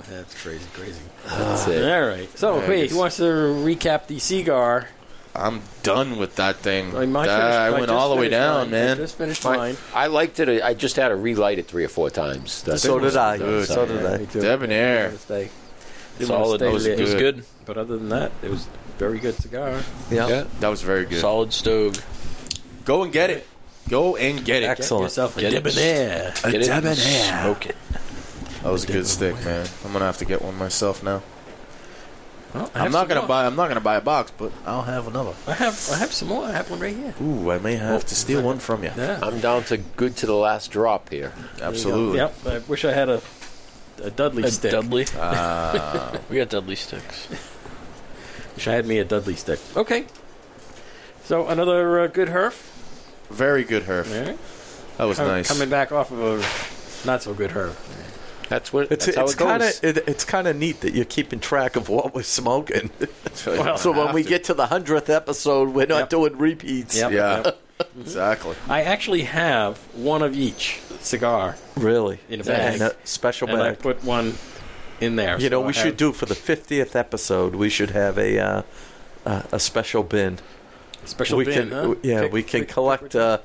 S1: That's crazy, crazy.
S6: That's it.
S1: All right. So,
S2: Yeah, I
S1: wait,
S2: guess-
S1: he wants to recap the cigar.
S2: I'm done with that thing.
S1: I, might
S2: That-
S1: finish-
S2: Uh, I went
S1: just
S2: all the way
S1: finished
S2: down,
S1: mine. I
S2: man.
S1: just finished
S6: I-
S1: mine.
S6: I liked it. I just had to relight it three or four times. That's
S3: So
S6: it.
S3: did I.
S6: That's
S3: So
S6: it.
S3: did I.
S2: Debonair.
S1: Stay.
S4: Solid. It was, it was good.
S1: But other than that, it was a very good cigar.
S3: Yeah.
S2: That was very good.
S4: Solid stove.
S2: Go and get it. Go and get it.
S1: Get
S3: Excellent.
S1: yourself a
S4: Get it.
S1: debonair.
S4: Get it. and Smoke it.
S2: That was a good stick, man. I'm gonna have to get one myself now.
S1: Well, I
S2: I'm
S1: have
S2: not
S1: some
S2: gonna
S1: more.
S2: buy. I'm not gonna buy a box, but I'll have another.
S1: I have I have some more. I have one right here.
S2: Ooh, I may have to steal one from you.
S1: Yeah.
S6: I'm down to good to the last drop here.
S2: Absolutely.
S1: Yep. I wish I had a a Dudley
S4: A
S1: stick.
S4: Dudley. we got Dudley sticks.
S1: wish I had me a Dudley stick. Okay. So another uh, good herf.
S2: Very good, Herf.
S1: All right.
S2: That was
S1: Com-
S2: nice.
S1: Coming back off of a not so good herf.
S6: That's what.
S3: It's
S6: that's how
S3: it's
S6: it goes.
S3: kind of it, it's kind of neat that you're keeping track of what we're smoking.
S2: [laughs] Well,
S3: so when we get to the hundredth episode, we're not
S1: Yep.
S3: doing repeats.
S1: Yep,
S2: Yeah.
S1: yep.
S2: exactly.
S1: I actually have one of each cigar
S3: Really,
S1: In a bag.
S3: In a special
S1: and I
S3: bag.
S1: put one in there.
S3: You know,
S1: So
S3: we
S1: I
S3: should
S1: have-
S3: do for the fiftieth episode. We should have a uh, uh, a special bin.
S1: special
S3: we
S1: bin,
S3: can,
S1: huh?
S3: w- yeah,
S1: Pick-
S3: we can
S1: pick- pick
S3: collect
S1: which one.
S3: uh,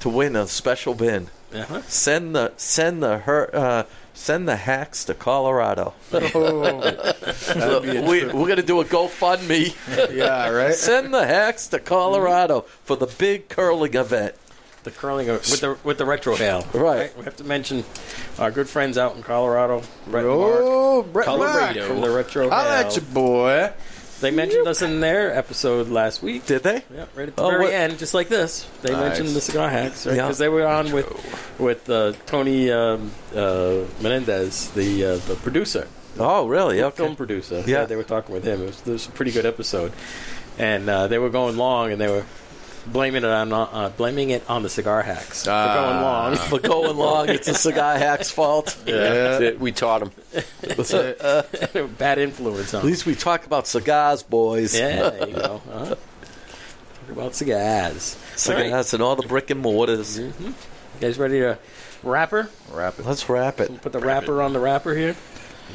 S3: to win a special bin.
S1: Uh-huh.
S3: Send the send the her uh, send the hacks to Colorado. we, we're gonna do a GoFundMe.
S2: Yeah. Right.
S3: send the hacks to Colorado for the big curling event.
S1: The curling of, with the with the retro hail.
S3: Right.
S1: We have to mention our good friends out in Colorado, Brett and Mark,
S2: [laughs] Oh, Brett
S4: Colorado.
S2: Mark.
S1: from the retro
S2: Holla
S1: hail.
S2: at you, boy.
S1: They mentioned us in their episode last week.
S3: Did they?
S1: Yeah, right at the
S3: Oh,
S1: very
S3: what-
S1: end, just like this. They
S2: Nice.
S1: mentioned the cigar hacks because
S3: Yeah.
S1: they were on with with uh, Tony um, uh, Menendez, the uh, the producer,
S3: Oh, really?
S1: the
S3: Okay.
S1: film producer.
S3: Yeah.
S1: they were talking with him. It was, it was a pretty good episode, and uh, they were going long, and they were blaming it on uh, blaming it on the cigar hacks for going
S2: Ah.
S1: long. [laughs]
S3: For Uh, going long, it's a cigar hack's fault.
S6: That's it. We taught him.
S1: Bad influence on.
S3: At least we talk about cigars, boys.
S1: Yeah, there you go. Uh-huh. Talk about cigars.
S3: Cigars and all the brick and mortars.
S1: You guys ready to wrapper?
S11: Wrap it.
S3: Let's wrap it.
S1: Put the wrapper on the wrapper here.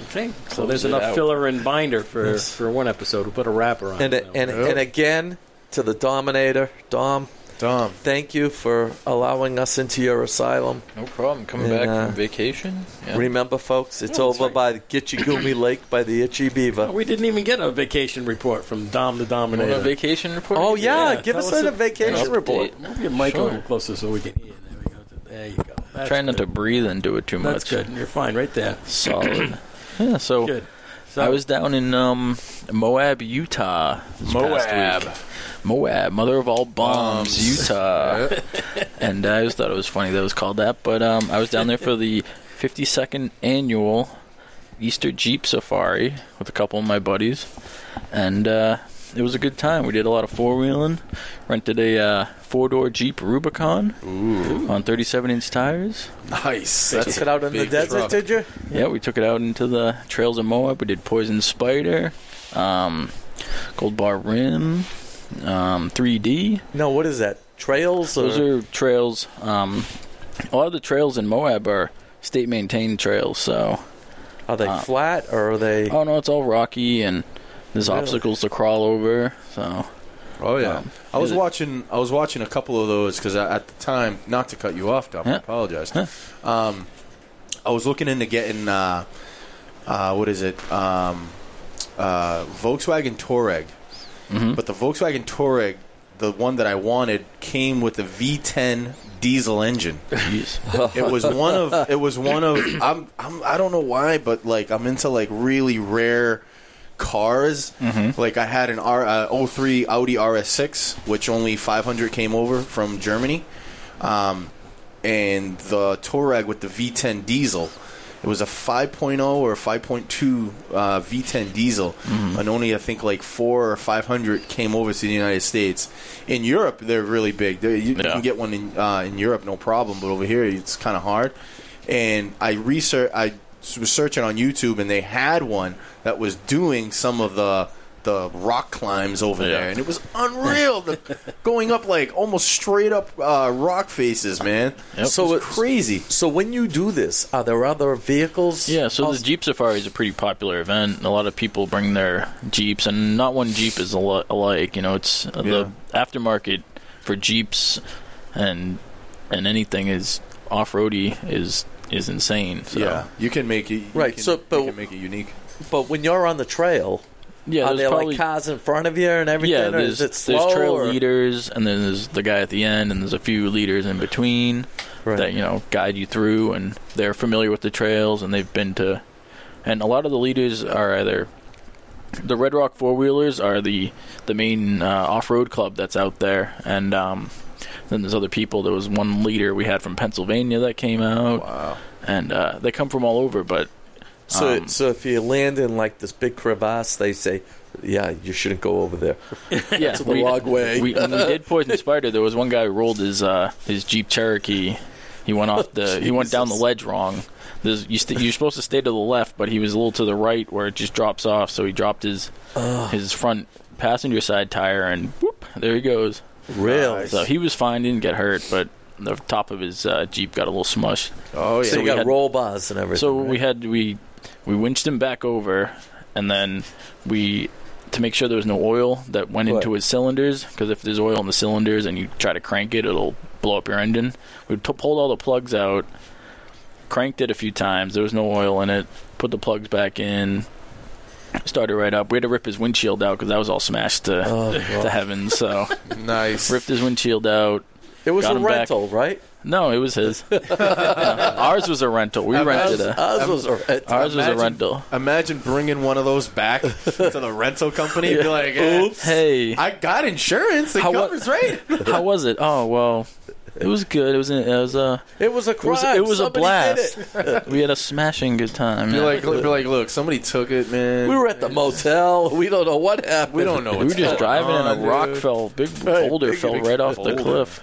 S1: Okay. so there's
S4: it
S1: enough
S4: out.
S1: filler and binder for, for one episode. We'll put a wrapper on
S3: And
S1: it.
S3: and and again to the Dominator, Dom.
S11: Dom.
S3: Thank you for allowing us into your asylum.
S5: No problem. Coming
S3: And,
S5: back
S3: uh,
S5: from vacation. Yeah.
S3: Remember, folks, it's over by
S4: [clears throat]
S3: the Gitchigumi Lake by the Itchy Beaver.
S1: we didn't even get a vacation report from Dom the
S4: On a
S1: Dominator.
S4: vacation report?
S3: Oh yeah, give
S1: tell
S3: us
S1: us
S3: a
S1: a-
S3: vacation
S4: update.
S3: report.
S1: Move your mic a
S5: Sure.
S1: little closer so we can hear. There we go. There you go. That's
S4: Trying not
S1: good.
S4: to breathe into it too much.
S1: That's good. You're fine right there.
S4: Solid. [clears throat] yeah, so
S1: Good. So
S4: I was down in um, Moab, Utah. this past
S5: Moab.
S4: week. Moab, mother of all bombs, Utah. and I always thought it was funny that it was called that. But um, I was down there for the 52nd annual Easter Jeep Safari with a couple of my buddies. And uh, it was a good time. We did a lot of four wheeling, rented a uh, four door Jeep Rubicon on 37 inch tires.
S2: Nice.
S3: Took it out in the desert, did you?
S4: Yeah, we took it out into the trails of Moab. We did Poison Spider, um, Gold Bar Rim, um, 3D.
S3: No, what is that? Trails or
S4: Those are trails. Um, a lot of the trails in Moab are state maintained trails. So,
S3: are they
S4: uh,
S3: flat or are they?
S4: oh no, it's all rocky and there's
S3: Really?
S4: obstacles to crawl over. So,
S2: Oh yeah,
S4: Um,
S2: I was
S4: is it-
S2: watching. I was watching a couple of those because at the time, not to cut you off, Dom, I
S4: Yeah.
S2: apologize. Um, I was looking into getting uh, uh, what is it? Um, uh, Volkswagen Touareg,
S4: Mm-hmm.
S2: but the Volkswagen Touareg, the one that I wanted, came with a V10 diesel engine.
S4: geez.
S2: It was one of it was one of [coughs] I'm, I'm I don't know why, but like I'm into like really rare cars. Like I had an R uh, 03 Audi RS6, which only 500 came over from Germany, um, and the Touareg with the V10 diesel. It was a 5.0 or 5.2 uh, V10 diesel, and only I think like four or 500 came over to the United States. In Europe, they're really big. They- you, you
S4: Yeah.
S2: can get one in uh, in Europe, no problem. But over here, it's kind of hard. And I research, I was searching on YouTube, and they had one that was doing some of the the rock climbs over
S4: Yeah.
S2: there, and it was unreal. [laughs] the, going up like almost straight up uh, rock faces, man.
S3: So
S2: So it was
S3: it's-
S2: crazy.
S3: So when you do this, are there other vehicles?
S4: Yeah, so
S3: also-
S4: the Jeep Safari is a pretty popular event. A lot of people bring their Jeeps, and not one Jeep is al- alike. You know, it's uh, the aftermarket for Jeeps and and anything is off roady is is insane. So.
S2: Yeah, you can make it you
S3: Right,
S2: can-
S3: so, but-
S2: you can make it unique.
S3: But when you're on the trail,
S4: yeah.
S3: are
S4: There's
S3: there
S4: probably
S3: like cars in front of you and everything?
S4: yeah.
S3: or
S4: There's
S3: is it slow?
S4: there's trail
S3: or-
S4: leaders, and then there's the guy at the end, and there's a few leaders in between
S3: Right.
S4: that you know guide you through, and they're familiar with the trails, and they've been to, and a lot of the leaders are either the Red Rock four wheelers are the the main uh, off road club that's out there, and um, then there's other people. There was one leader we had from Pennsylvania that came out,
S2: Wow.
S4: and uh, they come from all over. But
S3: So,
S4: Um,
S3: so if you land in like this big crevasse, they say, "Yeah, you shouldn't go over there."
S4: yeah,
S3: the log way. [laughs]
S4: We, when we did Poison Spider, there was one guy who rolled his uh, his Jeep Cherokee. He went off the he went down the
S3: Jesus.
S4: ledge wrong. There's, you st- you're supposed to stay to the left, but he was a little to the right where it just drops off. So he dropped his his front passenger side tire, and whoop, there he goes.
S3: Really?
S4: So he was fine, didn't get hurt, but the top of his uh, Jeep got a little smushed.
S2: Oh yeah,
S3: So you
S4: we
S3: got
S4: had-
S3: roll bars and everything.
S4: So
S3: right?
S4: we had we we winched him back over, and then we to make sure there was no oil that went
S3: Right.
S4: into his cylinders. Because if there's oil in the cylinders and you try to crank it, it'll blow up your engine. We t- pulled all the plugs out, cranked it a few times. There was no oil in it. Put the plugs back in. Started right up. We had to rip his windshield out because that was all smashed to [laughs]
S3: Oh,
S4: to heaven.
S3: [laughs]
S4: So
S2: nice.
S4: ripped his windshield out.
S3: it was
S4: got
S3: a
S4: him back.
S3: rental, right?
S4: No, it was
S3: [laughs]
S4: his. Yeah. Ours was a rental. We rented
S3: Ours,
S4: a.
S3: ours was a rental.
S4: Ours was a
S2: Imagine-
S4: rental.
S2: Imagine bringing one of those [laughs] back to the rental company and be like, eh,
S3: [laughs]
S4: Hey,
S2: I got insurance. It
S4: How wa-
S2: covers right.
S4: how was it? Oh well, it was good. It was it was uh,
S3: It was a
S4: it
S3: crime.
S4: was, it was a
S3: Somebody did
S4: blast.
S3: it. [laughs]
S4: we had a smashing good
S2: [laughs]
S4: time.
S2: Be
S4: man.
S2: like, be like, look, somebody took it, man.
S3: We were at the motel. We don't know what happened.
S2: We don't know.
S4: we were
S2: what's
S4: just
S2: going
S4: driving
S2: on,
S4: and a rock
S2: Oh, dude.
S4: fell, big boulder fell right off the cliff.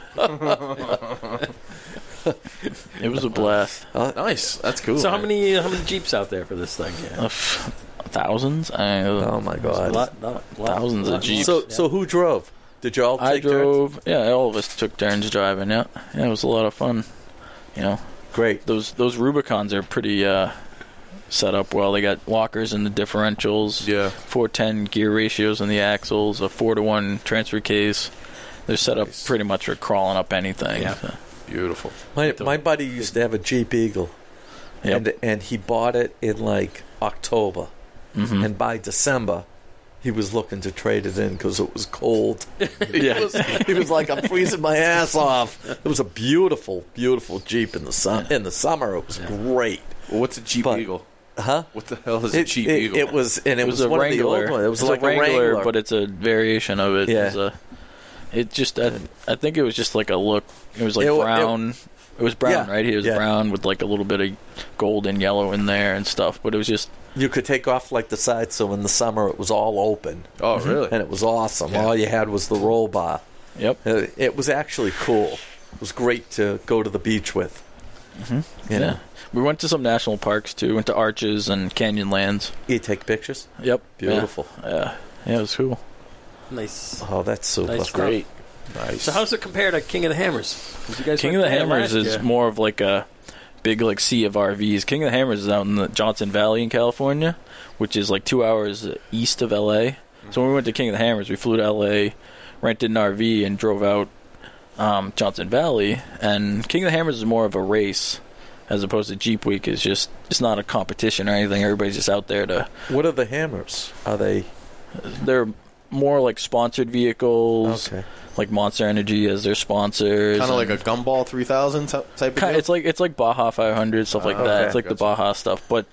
S4: it was a blast.
S2: Nice. That's cool.
S1: So how
S2: man.
S1: many how many jeeps out there for this thing? Yeah.
S4: Uh, f- thousands, I, uh,
S3: Oh my god!
S1: lot, lot, lot,
S4: thousands of
S1: lot.
S4: Jeeps.
S3: So, so who drove? Did you all take
S4: I
S3: turns?
S4: drove. Yeah, all of us took turns driving. Yeah, yeah, it was a lot of fun. You know,
S3: Great.
S4: those those Rubicons are pretty uh, set up well. They got lockers in the differentials.
S2: Yeah.
S4: Four ten gear ratios in the axles. A four to one transfer case. They're set up pretty much for crawling up anything.
S1: Yeah.
S4: So,
S2: Beautiful.
S3: My, my buddy used to have a Jeep Eagle,
S4: Yep.
S3: and and he bought it in like October,
S4: mhm.
S3: and by December, he was looking to trade it in because it was cold. [laughs]
S4: Yeah.
S3: he, was, he was like, "I'm freezing my ass off." It was a beautiful, beautiful Jeep in the sun. In the summer, it was great.
S2: Well, what's a Jeep
S3: But-
S2: Eagle?
S3: Huh?
S2: What the hell is a
S3: It,
S2: Jeep
S3: it-
S2: Eagle?
S3: it was, and it,
S4: It
S3: was,
S4: was a
S3: one
S4: Wrangler.
S3: of the old ones. It was
S4: It's
S3: like
S4: a Wrangler,
S3: Wrangler,
S4: but it's a variation of it.
S3: Yeah.
S4: It's a- it just, I, I think it was just like a look. It was like
S3: It wa- it-
S4: brown. It, was brown,
S3: Yeah.
S4: right? It was
S3: Yeah.
S4: brown with like a little bit of gold and yellow in there and stuff. But it was just
S3: you could take off like the side, so in the summer it was all open,
S2: oh, really?
S3: and it was awesome. All you had was the roll bar.
S4: yep.
S3: Uh, It was actually cool. It was great to go to the beach with. Mm-hmm.
S4: Yeah. We went to some national parks too. Went to Arches and Canyonlands.
S3: You take pictures.
S4: Yep.
S3: Beautiful.
S4: Yeah. Yeah, Yeah, it was cool.
S1: Nice.
S3: Oh, that's super.
S1: Nice stuff.
S4: Great.
S3: Nice.
S1: So how's it compare to King of the Hammers? 'Cause you guys
S4: King of
S1: went
S4: the
S1: there
S4: Hammers
S1: last
S4: is
S1: year.
S4: more of like a big like sea of RVs. King of the Hammers is out in the Johnson Valley in California, which is like two hours east of LA. So when we went to King of the Hammers, we flew to LA, rented an RV, and drove out um, Johnson Valley. And King of the Hammers is more of a race. As opposed to Jeep Week is just it's not a competition or anything. Everybody's just out there to
S3: What are the hammers? Are they
S4: they're more like sponsored vehicles,
S3: okay?
S4: like Monster Energy as their sponsors.
S2: Kind of like
S4: and-
S2: a Gumball 3000 ty- type of
S4: Kind-
S2: deal?
S4: it's like it's like Baja 500 stuff like
S2: Ah,
S4: that.
S3: okay.
S4: It's like the
S2: Gotcha.
S4: Baja stuff, but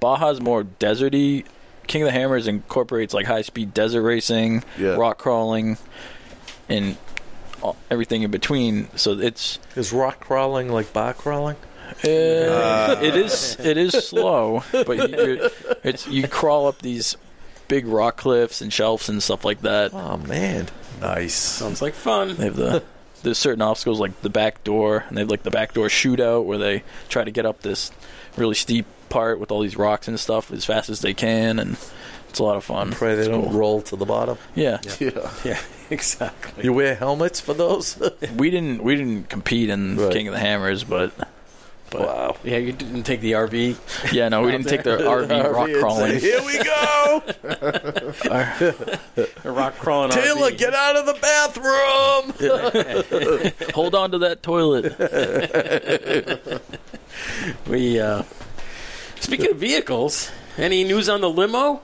S4: Baja's more deserty. King of the Hammers incorporates like high speed desert racing,
S2: Yeah.
S4: rock crawling, and all, everything in between. So it's
S3: Is rock crawling like bar crawling?
S4: uh, it is it is slow, but you, you're, it's you crawl up these big rock cliffs and shelves and stuff like that.
S3: Oh man, nice.
S1: Sounds like fun.
S4: [laughs] They
S1: [laughs]
S4: have the there's certain obstacles like the back door, and they have like the back door shootout where they try to get up this really steep part with all these rocks and stuff as fast as they can, and it's a lot
S1: [laughs]
S4: of fun.
S3: Pray they
S4: It's
S3: don't
S4: cool.
S3: roll to the bottom.
S4: Yeah.
S1: Yeah, exactly.
S3: You wear helmets for those?
S4: [laughs]
S3: [laughs]
S4: we didn't we didn't compete in
S3: Right.
S4: King of the Hammers, but but
S3: wow.
S1: Yeah, you didn't take the RV.
S4: yeah, no, we didn't take
S1: [laughs]
S4: the RV rock crawling.
S3: Here we
S4: [laughs]
S3: go.
S1: A rock crawling
S3: Taylor,
S1: RV.
S3: get out of the bathroom.
S1: [laughs]
S4: Hold on to that toilet.
S1: We uh, speaking of vehicles, any news on the limo?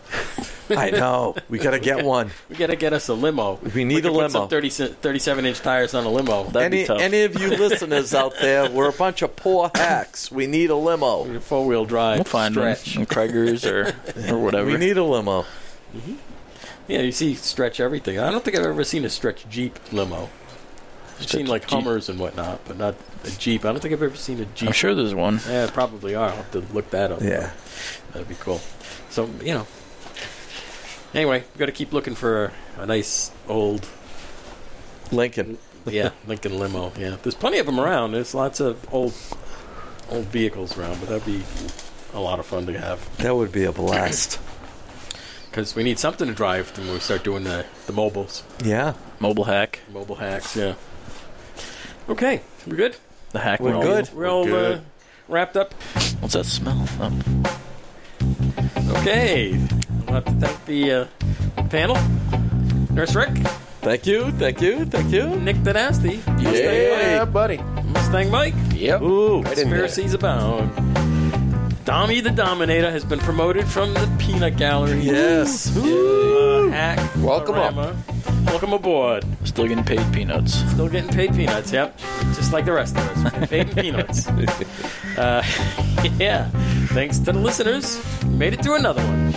S3: I know. We got to get one.
S1: We gotta get us a limo.
S3: We need
S1: can
S3: a
S1: put
S3: limo.
S1: Some 30, 37 inch tires on a limo.
S4: That'd
S3: any,
S4: be tough.
S3: any [laughs] of you listeners out there, we're a bunch of poor hacks. We need a limo.
S1: Four wheel drive.
S4: we'll find one.
S1: stretch.
S4: Some Kreger's or or whatever.
S3: We need a limo.
S1: Yeah, you see stretch everything. I don't think I've ever seen a stretch Jeep limo. I've seen
S4: Stretch
S1: like
S4: Jeep.
S1: Hummers and whatnot, but not a Jeep. I don't think I've ever seen a Jeep.
S4: I'm sure there's one.
S1: Yeah, probably are. I'll have to look that up.
S3: Yeah.
S1: That'd be cool. So, you know. Anyway, we got to keep looking for a nice old,
S3: Lincoln.
S4: [laughs]
S1: yeah, Lincoln limo. Yeah, there's plenty of them around. There's lots of old, old vehicles around, but that'd be a lot of fun to have
S3: That would be a blast.
S1: because we need something to drive when we start doing the the mobiles,
S3: Yeah.
S4: Mobile hack.
S1: mobile hacks. Yeah. Okay, we good?
S4: The hack.
S3: We're
S4: one.
S3: good.
S1: We're all uh, wrapped up.
S4: What's that smell? Oh.
S1: Okay, we'll have to thank the uh, panel, Nurse Rick,
S3: Thank you. Thank you. Thank you.
S1: Nick the Nasty,
S6: Yeah, buddy.
S1: Mustang Mike.
S6: Yep.
S1: Ooh,
S6: I didn't hear
S1: conspiracies abound. Dommy the Dominator has been promoted from the Peanut Gallery.
S3: Yes.
S1: Uh, hack.
S6: Welcome up.
S1: up. Welcome aboard.
S4: Still getting paid peanuts.
S1: Still getting paid peanuts, yep. Just like the rest of us. paid in peanuts. Uh, [laughs] yeah. Thanks to the listeners. Made it through another one.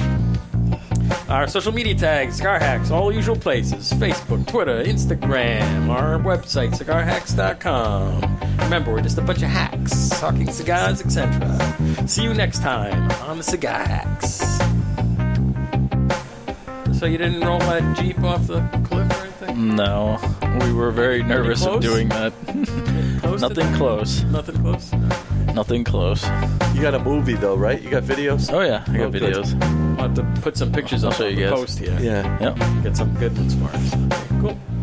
S1: Our social media tags, Cigar Hacks, all usual places Facebook, Twitter, Instagram, our website, cigarhacks.com. Remember, we're just a bunch of hacks, talking cigars, etc. See you next time on the Cigar Hacks. So, you didn't roll that Jeep off the cliff or anything?
S4: No, we were very nervous of
S1: close?
S4: doing that.
S1: Close to
S4: Nothing
S1: that?
S4: close.
S1: Nothing close?
S4: Nothing close.
S3: You got a movie though, right? You got videos.
S4: Oh yeah, I got
S3: Oh, good.
S4: videos.
S1: I'll have to put some pictures
S4: I'll
S1: up
S4: show
S1: on
S4: you
S1: the
S4: guys.
S1: post here.
S3: Yeah.
S4: Yep.
S1: Get some good ones for us. Okay, cool.